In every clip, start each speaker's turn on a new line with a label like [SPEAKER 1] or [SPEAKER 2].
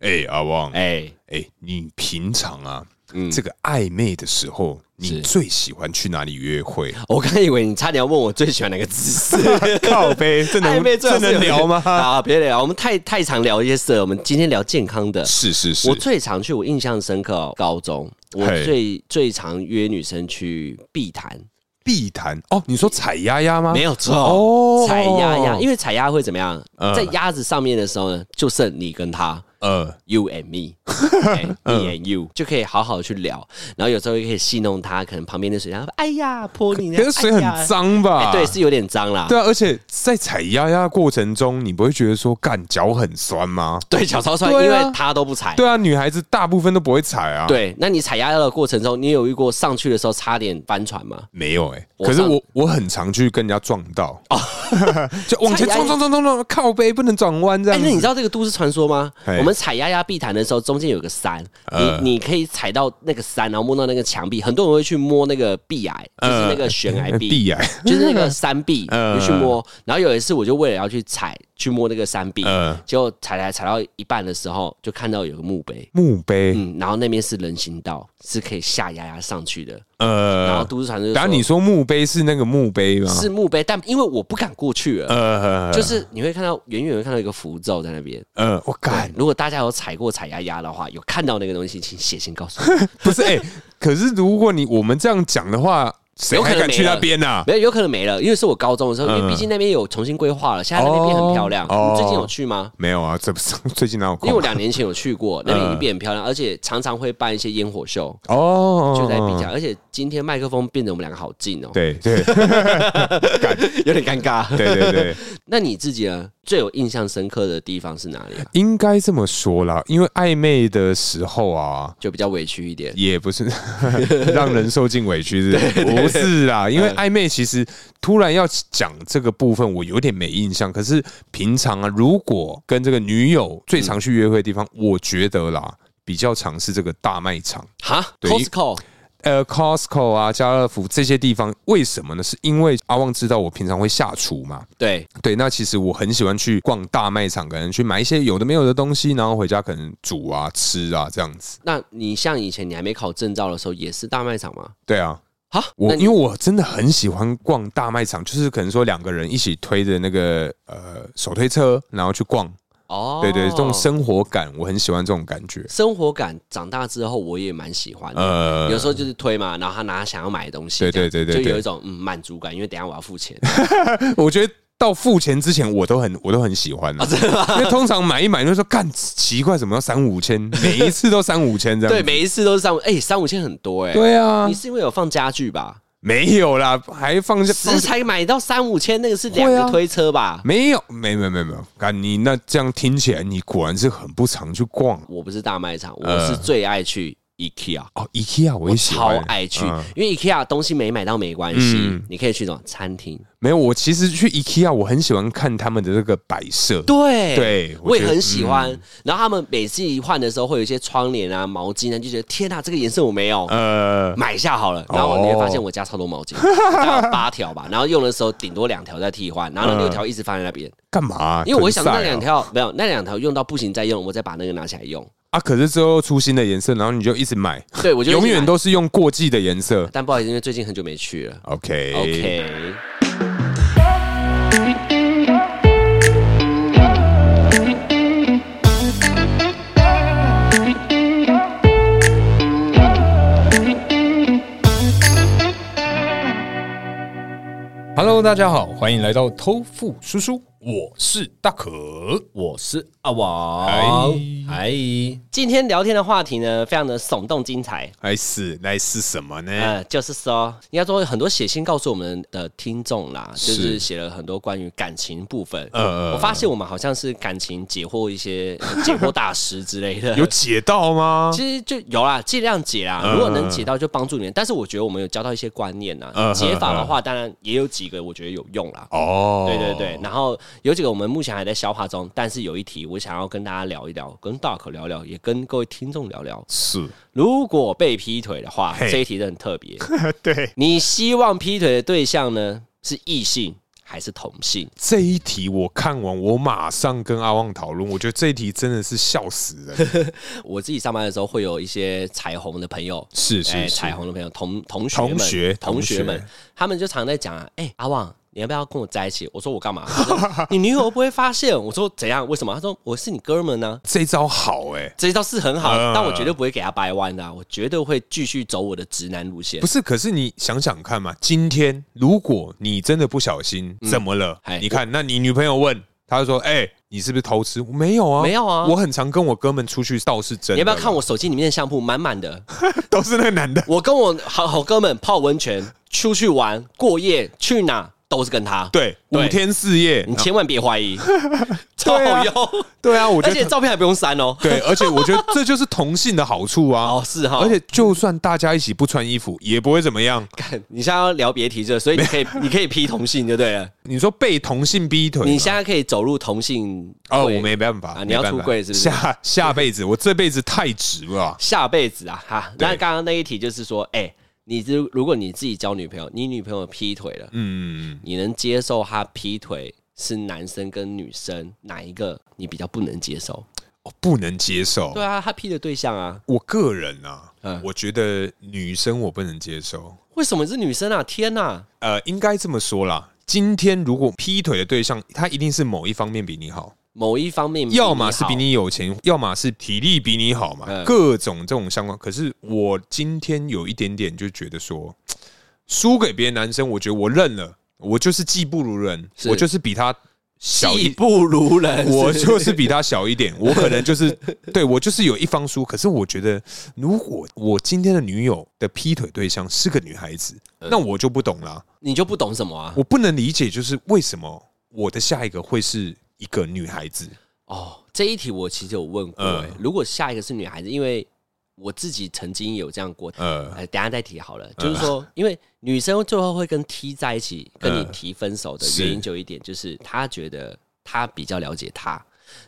[SPEAKER 1] 哎、阿旺，哎、
[SPEAKER 2] 哎，
[SPEAKER 1] 你平常啊，
[SPEAKER 2] 嗯
[SPEAKER 1] 这个暧昧的时候，你
[SPEAKER 2] 是
[SPEAKER 1] 最喜欢去哪里约 会？
[SPEAKER 2] 我刚以为你差点要问我最喜欢哪个姿 势。
[SPEAKER 1] 靠呗，这能
[SPEAKER 2] 暧昧最
[SPEAKER 1] 这
[SPEAKER 2] 好是 有
[SPEAKER 1] 能聊吗？
[SPEAKER 2] 啊，别聊，我们太太常聊一些色，我们今天聊健康的。
[SPEAKER 1] 是是是
[SPEAKER 2] 我，最常去，我印象深刻、哦，高中我
[SPEAKER 1] 嘿
[SPEAKER 2] 最最常约女生去碧潭，
[SPEAKER 1] 必谈哦。你说踩丫丫吗？
[SPEAKER 2] 没有错
[SPEAKER 1] 啊哦
[SPEAKER 2] 踩鸭鸭，因为踩鸭会怎么样？
[SPEAKER 1] 嗯
[SPEAKER 2] 在鸭子上面的时候呢，就剩你跟他。
[SPEAKER 1] 呃，
[SPEAKER 2] You and me, okay,
[SPEAKER 1] 嗯
[SPEAKER 2] me and you，、就可以好好去聊，然后有时候也可以戏弄他，可能旁边的水，然后哎呀泼你，
[SPEAKER 1] 可是水很
[SPEAKER 2] 哎呀
[SPEAKER 1] 脏啊
[SPEAKER 2] 哎
[SPEAKER 1] 吧？
[SPEAKER 2] 对，是有点脏啦。
[SPEAKER 1] 对啊，而且在踩丫丫过程中，你不会觉得说干脚很酸吗？
[SPEAKER 2] 对，脚超酸，
[SPEAKER 1] 对啊
[SPEAKER 2] 因为他都不踩。
[SPEAKER 1] 对啊，女孩子大部分都不会踩啊。，
[SPEAKER 2] 对，那你踩压的过程中，你有遇过上去的时候差点翻船吗？
[SPEAKER 1] 没有哎、
[SPEAKER 2] 我
[SPEAKER 1] 可是
[SPEAKER 2] 上哦
[SPEAKER 1] 我我很常去跟人家撞到， 就往前撞撞撞撞撞，靠背不能转弯这
[SPEAKER 2] 哎、
[SPEAKER 1] 样子。
[SPEAKER 2] 那你知道这个都市传说吗
[SPEAKER 1] 嘿？
[SPEAKER 2] 我们踩压压碧潭的时候，中间有个山，你你可以踩到那个山，然后摸到那个墙壁。很多人会去摸那个壁癌，就是那个悬崖壁，
[SPEAKER 1] 呃哎壁啊癌，
[SPEAKER 2] 就是那个山壁，
[SPEAKER 1] 嗯
[SPEAKER 2] 你去摸。然后有一次，我就为了要去踩，去摸那个山壁，
[SPEAKER 1] 嗯
[SPEAKER 2] 结果踩来踩到一半的时候，就看到有个墓碑。
[SPEAKER 1] 墓碑，
[SPEAKER 2] 嗯，然后那边是人行道，是可以下压压上去的。嗯然后
[SPEAKER 1] 呃，
[SPEAKER 2] 都市传说就
[SPEAKER 1] 然后你
[SPEAKER 2] 说
[SPEAKER 1] 说墓碑是那个墓碑吗？
[SPEAKER 2] 是墓碑，但因为我不敢过去了，
[SPEAKER 1] 呃，
[SPEAKER 2] 就是你会看到远远会看到一个符咒在那边。
[SPEAKER 1] 呃，我干
[SPEAKER 2] 对，如果大家有踩过踩压压的话，有看到那个东西，请写信 告诉我。
[SPEAKER 1] 不是哎、可是如果你我们这样讲的话，谁
[SPEAKER 2] 有可
[SPEAKER 1] 还
[SPEAKER 2] 能
[SPEAKER 1] 敢去
[SPEAKER 2] 没
[SPEAKER 1] 那
[SPEAKER 2] 了
[SPEAKER 1] 边啊呐？
[SPEAKER 2] 没有，有可能没了，因为是我高中的时候，因为毕竟那边有重新规划了，现在那边变很漂亮。
[SPEAKER 1] 嗯哦
[SPEAKER 2] 你最近有去吗？
[SPEAKER 1] 没有啊，这不是 最近哪有
[SPEAKER 2] 因
[SPEAKER 1] 空
[SPEAKER 2] 为
[SPEAKER 1] 啊？
[SPEAKER 2] 我两年前有去过，那边已
[SPEAKER 1] 嗯
[SPEAKER 2] 经变很漂亮，而且常常会办一些烟火秀，
[SPEAKER 1] 哦，
[SPEAKER 2] 就在比较。而且今天麦克风变得我们两个好近哦，
[SPEAKER 1] 对对
[SPEAKER 2] 有点尴尬。
[SPEAKER 1] 对对对，
[SPEAKER 2] 那你自己呢？最有印象深刻的地方是哪里啊？
[SPEAKER 1] 应该这么说啦，因为暧昧的时候啊，
[SPEAKER 2] 就比较委屈一点。
[SPEAKER 1] 也不是 让人受尽委屈，是不是不是啦？因为暧昧其实突然要讲这个部分，我有点没印象。可是平常啊，如果跟这个女友最常去约会的地方，我觉得啦，比较常是这个大卖场，
[SPEAKER 2] 哈
[SPEAKER 1] 对
[SPEAKER 2] ，Costco
[SPEAKER 1] 呃，Costco 啊、家乐福这些地方。为什么呢？是因为阿旺知道我平常会下厨嘛，
[SPEAKER 2] 对，
[SPEAKER 1] 对，那其实我很喜欢去逛大卖场，可能去买一些有的没有的东西，然后回家可能煮啊、吃啊这样子。
[SPEAKER 2] 那你像以前你还没考证照的时候，也是大卖场吗？
[SPEAKER 1] 对啊，
[SPEAKER 2] 哈，
[SPEAKER 1] 我
[SPEAKER 2] 那你
[SPEAKER 1] 因为我真的很喜欢逛大卖场，就是可能说两个人一起推着那个呃手推车，然后去逛。
[SPEAKER 2] 哦，
[SPEAKER 1] 对对，这种生活感我很喜欢这种感觉。
[SPEAKER 2] 生活感，长大之后我也蛮喜欢的。
[SPEAKER 1] 呃，
[SPEAKER 2] 有时候就是推嘛，然后他拿想要买的东西，
[SPEAKER 1] 对对
[SPEAKER 2] 这
[SPEAKER 1] 对
[SPEAKER 2] 样
[SPEAKER 1] 对对
[SPEAKER 2] 就有一种嗯满足感，因为等一下我要付钱。
[SPEAKER 1] 我觉得到付钱之前，我都很我都很喜欢、啊因为通常买一买就说干奇怪，怎么要三五千？每一次都三五千这样
[SPEAKER 2] 对，
[SPEAKER 1] 子。
[SPEAKER 2] 每一次都是三五，哎，三五千很多哎。
[SPEAKER 1] 对啊
[SPEAKER 2] 你，是因为有放家具吧？
[SPEAKER 1] 没有啦，还放下放
[SPEAKER 2] 食
[SPEAKER 1] 下
[SPEAKER 2] 材买到三五千，那个是两
[SPEAKER 1] 会啊
[SPEAKER 2] 个推车吧？
[SPEAKER 1] 没有，没有没有没有没有，干你那这样听起来，你果然是很不常去逛
[SPEAKER 2] 我不是大卖场，
[SPEAKER 1] 呃
[SPEAKER 2] 我是最爱去 IKEA。
[SPEAKER 1] 哦。IKEA 我也喜
[SPEAKER 2] 超
[SPEAKER 1] 欢，
[SPEAKER 2] 爱去，
[SPEAKER 1] 嗯
[SPEAKER 2] 因为 IKEA 东西没买到没关系，
[SPEAKER 1] 嗯
[SPEAKER 2] 你可以去什么餐厅，
[SPEAKER 1] 没有，我其实去 IKEA，我很喜欢看他们的这个摆设。
[SPEAKER 2] 对
[SPEAKER 1] 对我
[SPEAKER 2] 我也
[SPEAKER 1] 觉得嗯
[SPEAKER 2] 很喜欢。然后他们每次一换的时候，会有一些窗帘啊、毛巾啊，就觉得天哪、这个颜色我没有。
[SPEAKER 1] 呃，
[SPEAKER 2] 买一下好了，然后你会发现我家超多毛巾，我家有八条吧， 然后用的时候顶多两条再替换，然后那六条一直放在那边，
[SPEAKER 1] 干嘛、
[SPEAKER 2] 因为我会想说那
[SPEAKER 1] 嗯很晒啊
[SPEAKER 2] 两条没有，那两条用到不行再用，我再把那个拿起来用。
[SPEAKER 1] 啊，可是之后出新的颜色，然后你就一直买，
[SPEAKER 2] 对，我就
[SPEAKER 1] 永远
[SPEAKER 2] 一直买，
[SPEAKER 1] 都是用过季的颜色。
[SPEAKER 2] 但不好意思，因为最近很久没去了。
[SPEAKER 1] OK
[SPEAKER 2] OK，
[SPEAKER 1] Hello，大家好，欢迎来到偷富叔叔，我是大可。
[SPEAKER 2] 我是
[SPEAKER 1] 啊
[SPEAKER 2] 阿王，哎，今天聊天的话题呢，非常的耸动精彩。
[SPEAKER 1] 来哎是来是什么呢？
[SPEAKER 2] 呃，就是说，应该说很多写信告诉我们的呃听众啦，就是是写了很多关于感情部分。
[SPEAKER 1] 呃
[SPEAKER 2] 我发现我们好像是感情解惑一些呃解惑大师之类的
[SPEAKER 1] 。有解到吗？嗯
[SPEAKER 2] 其实就有啦，尽量解啦。如果能解到，就帮助你们。但是我觉得我们有教到一些观念呐
[SPEAKER 1] 嗯。
[SPEAKER 2] 解法的话，当然也有几个我觉得有用啦。
[SPEAKER 1] 哦，
[SPEAKER 2] 对对对，然后有几个我们目前还在消化中，但是有一题我想要跟大家聊一聊，跟大可聊聊，也跟各位听众聊聊。
[SPEAKER 1] 是，
[SPEAKER 2] 如果被劈腿的话，
[SPEAKER 1] 嘿
[SPEAKER 2] 这一题真的很特别。
[SPEAKER 1] 对，
[SPEAKER 2] 你希望劈腿的对象呢是异性还是同性？
[SPEAKER 1] 这一题我看完，我马上跟阿旺讨论。我觉得这一题真的是笑死
[SPEAKER 2] 哎
[SPEAKER 1] 人。
[SPEAKER 2] 我自己上班的时候会有一些彩虹的朋友，
[SPEAKER 1] 是是
[SPEAKER 2] 哎，
[SPEAKER 1] 是
[SPEAKER 2] 彩虹的朋友，同同学
[SPEAKER 1] 同
[SPEAKER 2] 们
[SPEAKER 1] 学
[SPEAKER 2] 同学
[SPEAKER 1] 同
[SPEAKER 2] 们
[SPEAKER 1] 学，
[SPEAKER 2] 他们就常在讲啊，哎、阿旺。你要不要跟我在一起？我说我干嘛？他说 你女友不会发现？我说怎样？为什么？他说我是你哥们呢、
[SPEAKER 1] 这招好哎、
[SPEAKER 2] 这一招是很好，
[SPEAKER 1] 嗯
[SPEAKER 2] 但我绝对不会给他掰弯的啊、我绝对会继续走我的直男路线
[SPEAKER 1] 不。是，可是你想想看嘛，今天如果你真的不小心、怎么了
[SPEAKER 2] 哎？
[SPEAKER 1] 你看，那你女朋友问，她就说：“哎、你是不是偷吃？”我没有啊，
[SPEAKER 2] 没有啊
[SPEAKER 1] 我很常跟我哥们出去，倒是真的。
[SPEAKER 2] 你要不要看？我手机里面的相簿？满满的，
[SPEAKER 1] 都是那个男的。
[SPEAKER 2] 我跟我好好哥们泡温泉、出去玩、过夜、去哪都是跟他。，
[SPEAKER 1] 对，
[SPEAKER 2] 对嗯
[SPEAKER 1] 五天四夜
[SPEAKER 2] 你。千万别 怀疑，超
[SPEAKER 1] 对
[SPEAKER 2] 好
[SPEAKER 1] 啊
[SPEAKER 2] 用，
[SPEAKER 1] 对啊，我觉
[SPEAKER 2] 而
[SPEAKER 1] 得
[SPEAKER 2] 且照片还不用删哦。
[SPEAKER 1] 对，而且我觉得这就是同性的好处啊。
[SPEAKER 2] 哦，是哈，
[SPEAKER 1] 而且就算大家一起不穿衣服，也不会怎么样。
[SPEAKER 2] 干你现在要聊别提这，所以你 可以你可以批同性就对了，
[SPEAKER 1] 你说被同性逼腿吗，
[SPEAKER 2] 你现在可以走入同性
[SPEAKER 1] 哦，
[SPEAKER 2] 会
[SPEAKER 1] 我没办法
[SPEAKER 2] 啊，你要
[SPEAKER 1] 没办法
[SPEAKER 2] 出柜是不是
[SPEAKER 1] 下下辈子，我这辈子太直了。
[SPEAKER 2] 下辈子啊哈。
[SPEAKER 1] 对
[SPEAKER 2] 那刚刚那一题就是说，哎，你如如果你自己交女朋友，你女朋友劈腿了，
[SPEAKER 1] 嗯，
[SPEAKER 2] 你能接受她劈腿是男生跟女生哪一个你比较不能接受？
[SPEAKER 1] 我哦不能接受
[SPEAKER 2] 对。啊，他劈的对象啊，
[SPEAKER 1] 我个人啊
[SPEAKER 2] 嗯，
[SPEAKER 1] 我觉得女生我不能接受。
[SPEAKER 2] 为什么是女生啊？天哪、啊！
[SPEAKER 1] 呃，应该这么说啦。今天如果劈腿的对象，他一定是某一方面比你好，
[SPEAKER 2] 某一方面，
[SPEAKER 1] 要么是比，你有钱，要么是体力比你好嘛，
[SPEAKER 2] 嗯
[SPEAKER 1] 各种这种相关。可是我今天有一点点就觉得说，输给别的男生，我觉得我认了，我就是技不如人，
[SPEAKER 2] 是
[SPEAKER 1] 我就是比他小
[SPEAKER 2] 技
[SPEAKER 1] 一。
[SPEAKER 2] 不如 人。
[SPEAKER 1] 我
[SPEAKER 2] 是
[SPEAKER 1] 就是比他小一点，我可能就是对我就是有一方输。可是我觉得，如果我今天的女友的劈腿对象是个女孩子，
[SPEAKER 2] 嗯
[SPEAKER 1] 那我就不懂啦。
[SPEAKER 2] 你就不懂什么啊？
[SPEAKER 1] 我不能理解，就是为什么我的下一个会是一个女孩子？
[SPEAKER 2] 哦，这一题我其实有问过、
[SPEAKER 1] 嗯
[SPEAKER 2] 欸，如果下一个是女孩子，因为我自己曾经有这样过。
[SPEAKER 1] 呃，
[SPEAKER 2] 呃，等一下再提好了。就是 说，因为女生最后会跟 T 在一起，跟你提分手的
[SPEAKER 1] 是
[SPEAKER 2] 原因就有一点，就是她觉得她比较了解他。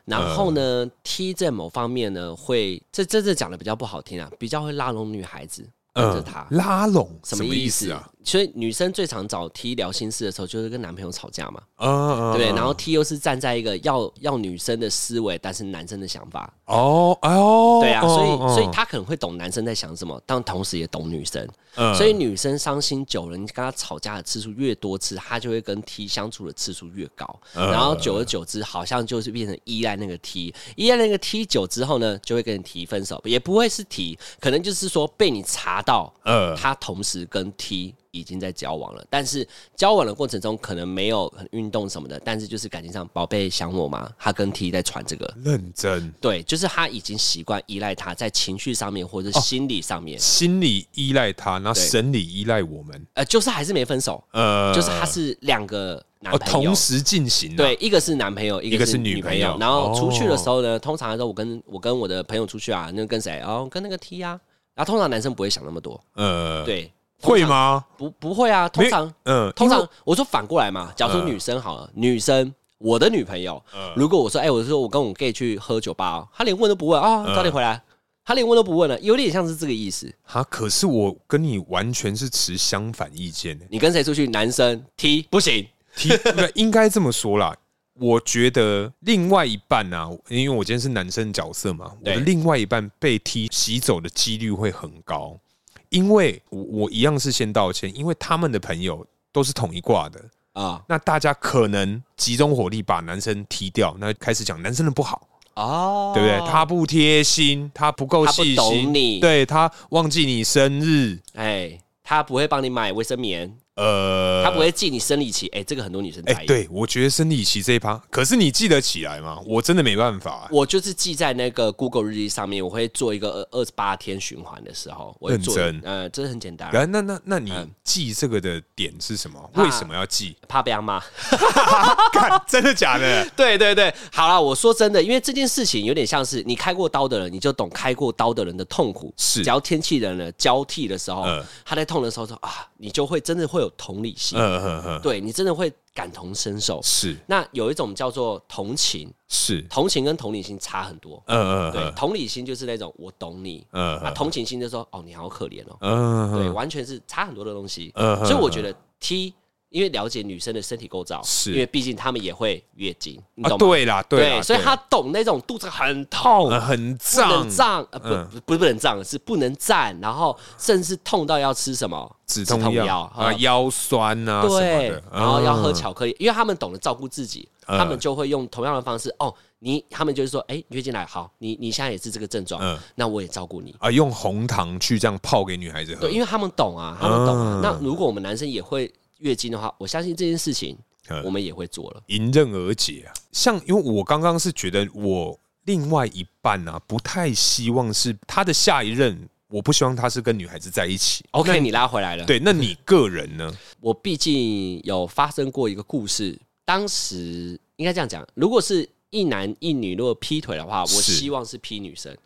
[SPEAKER 2] 然后呢、t
[SPEAKER 1] 嗯
[SPEAKER 2] 在某方面呢，会这这这讲的比较不好听啊，比较会拉拢女孩子跟着
[SPEAKER 1] 呃
[SPEAKER 2] 他。
[SPEAKER 1] 拉拢
[SPEAKER 2] 什
[SPEAKER 1] 么
[SPEAKER 2] 么意
[SPEAKER 1] 思啊？？
[SPEAKER 2] 所以女生最常找 T 聊心事的时候，就是跟男朋友吵架嘛，
[SPEAKER 1] 啊啊
[SPEAKER 2] 对不对？
[SPEAKER 1] 啊
[SPEAKER 2] 然后 T 又是站在一个要要女生的思维，但是男生的想法，
[SPEAKER 1] 哦哦，
[SPEAKER 2] 对啊，
[SPEAKER 1] 哦
[SPEAKER 2] 所以所以
[SPEAKER 1] 哦
[SPEAKER 2] 他可能会懂男生在想什么，但同时也懂女生。
[SPEAKER 1] 嗯
[SPEAKER 2] 所以女生伤心久了，你跟她吵架的次数越多次，她就会跟 T 相处的次数越高，
[SPEAKER 1] 嗯
[SPEAKER 2] 然后久而久之，好像就是变成依赖那个 T，依赖那个 T 久之后呢，就会跟你提分手，也不会是提，可能就是说被你查到，
[SPEAKER 1] 呃
[SPEAKER 2] 他同时跟 T 已经在交往了，但是交往的过程中可能没有很运动什么的，但是就是感情上，宝贝想我吗？他跟 T 在传这个。
[SPEAKER 1] 认真
[SPEAKER 2] 对，就是他已经习惯依赖他，在情绪上面或者心理上面，
[SPEAKER 1] 心理依赖他，然后
[SPEAKER 2] 对
[SPEAKER 1] 生理依赖我们，
[SPEAKER 2] 呃，就是还是没分手，
[SPEAKER 1] 呃，
[SPEAKER 2] 就是他是两个男
[SPEAKER 1] 哦
[SPEAKER 2] 朋友，
[SPEAKER 1] 同时进行啊
[SPEAKER 2] 对，一个是男朋友，一
[SPEAKER 1] 个
[SPEAKER 2] 个
[SPEAKER 1] 是
[SPEAKER 2] 是
[SPEAKER 1] 女
[SPEAKER 2] 女
[SPEAKER 1] 朋
[SPEAKER 2] 朋
[SPEAKER 1] 友
[SPEAKER 2] 友。然后出去的
[SPEAKER 1] 哦
[SPEAKER 2] 时候呢，通常的时候我跟我跟我的朋友出去啊，那跟谁？哦，跟那个 T 啊。然后通常男生不会想那么多，
[SPEAKER 1] 呃，
[SPEAKER 2] 对，通
[SPEAKER 1] 会
[SPEAKER 2] 常？
[SPEAKER 1] 吗？
[SPEAKER 2] 不，不会啊。通
[SPEAKER 1] 没
[SPEAKER 2] 常
[SPEAKER 1] 嗯，
[SPEAKER 2] 通
[SPEAKER 1] 因
[SPEAKER 2] 常
[SPEAKER 1] 为嗯
[SPEAKER 2] 我说反过来嘛，假如说女生好了，女生。我的女朋友，如果我说，哎、我说我跟我 gay 去喝酒吧、哦，他连问都不问啊、
[SPEAKER 1] 嗯
[SPEAKER 2] 早点回来，他连问都不问了，有点像是这个意思。
[SPEAKER 1] 啊，可是我跟你完全是持相反意见的。
[SPEAKER 2] 你跟谁出去，男生 T 不行，
[SPEAKER 1] 提不应该这么说啦。我觉得另外一半啊，因为我今天是男生角色嘛，我
[SPEAKER 2] 对
[SPEAKER 1] 的另外一半被踢洗走的几率会很高，因为我我一样是先道歉，因为他们的朋友都是统一挂的，
[SPEAKER 2] 啊
[SPEAKER 1] 那大家可能集中火力把男生踢掉，那开始讲男生的不好，
[SPEAKER 2] 哦，
[SPEAKER 1] 对不对？他不贴心，他不够
[SPEAKER 2] 他不
[SPEAKER 1] 细心，
[SPEAKER 2] 懂你
[SPEAKER 1] 对他忘记你生日，
[SPEAKER 2] 哎，他不会帮你买卫生棉，
[SPEAKER 1] 呃，
[SPEAKER 2] 他不会记你生理期，哎，这个很多女生
[SPEAKER 1] 哎、
[SPEAKER 2] 在意。，
[SPEAKER 1] 对我觉得生理期这一趴，可是你记得起来吗？我真的没办法、欸
[SPEAKER 2] 我就是记在那个 Google 日记上面，我会做一个二二十八天循环的时候，我会做，
[SPEAKER 1] 认真
[SPEAKER 2] 呃，这很简单，
[SPEAKER 1] 然后那那那你
[SPEAKER 2] 嗯
[SPEAKER 1] 记这个的点是什么？
[SPEAKER 2] 怕
[SPEAKER 1] 为什么要记？
[SPEAKER 2] 怕被他骂。
[SPEAKER 1] 看真的假的？
[SPEAKER 2] 对对对，好啦，我说真的，因为这件事情有点像是你开过刀的人，你就懂开过刀的人的痛苦。
[SPEAKER 1] 是
[SPEAKER 2] 只要天气冷了交替的时候，
[SPEAKER 1] 嗯
[SPEAKER 2] 他在痛的时候说啊，你就会真的会有同理心，
[SPEAKER 1] 嗯嗯嗯，
[SPEAKER 2] 对你真的会感同身受。
[SPEAKER 1] 是
[SPEAKER 2] 那有一种叫做同情，
[SPEAKER 1] 是，
[SPEAKER 2] 同情跟同理心差很多。
[SPEAKER 1] 嗯
[SPEAKER 2] 对，
[SPEAKER 1] 嗯
[SPEAKER 2] 同理心就是那种我懂你，
[SPEAKER 1] 嗯
[SPEAKER 2] 那同情心就说哦，你好可怜哦，
[SPEAKER 1] 嗯
[SPEAKER 2] 对，
[SPEAKER 1] 嗯
[SPEAKER 2] 完全是差很多的东西。
[SPEAKER 1] 嗯
[SPEAKER 2] 所以我觉得 T 因为了解女生的身体构造，
[SPEAKER 1] 是
[SPEAKER 2] 因为毕竟她们也会月经，你
[SPEAKER 1] 啊
[SPEAKER 2] 懂吗？
[SPEAKER 1] 对啦，
[SPEAKER 2] 对
[SPEAKER 1] 啦，
[SPEAKER 2] 所以
[SPEAKER 1] 对
[SPEAKER 2] 他懂那种肚子很痛。
[SPEAKER 1] 呃很
[SPEAKER 2] 不
[SPEAKER 1] 胀嗯
[SPEAKER 2] 能，胀，呃，不，不是不能胀，是不能站，然后甚至痛到要吃什么
[SPEAKER 1] 止痛药啊，
[SPEAKER 2] 啊，
[SPEAKER 1] 腰酸啊什么
[SPEAKER 2] 对
[SPEAKER 1] 的，，
[SPEAKER 2] 然后要喝
[SPEAKER 1] 嗯
[SPEAKER 2] 巧克力，因为他们懂得照顾自己，
[SPEAKER 1] 嗯
[SPEAKER 2] 他们就会用同样的方式。哦，你他们就是说，哎，月经来，好，你你现在也是这个症状
[SPEAKER 1] 嗯，
[SPEAKER 2] 那我也照顾你。
[SPEAKER 1] 啊，用红糖去这样泡给女孩子喝
[SPEAKER 2] 对，，因为他们懂啊，他们懂啊
[SPEAKER 1] 嗯。
[SPEAKER 2] 那如果我们男生也会月经的话，我相信这件事情
[SPEAKER 1] 嗯
[SPEAKER 2] 我们也会做了。
[SPEAKER 1] 迎刃而解啊。像因为我刚刚是觉得我另外一半啊，不太希望是他的下一任，我不希望他是跟女孩子在一起。
[SPEAKER 2] OK，你拉回来了。
[SPEAKER 1] 对，那你个人 呢？
[SPEAKER 2] 我毕竟有发生过一个故事，当时应该这样讲，如果是一男一女如果劈腿的话，我
[SPEAKER 1] 是
[SPEAKER 2] 希望是劈女生，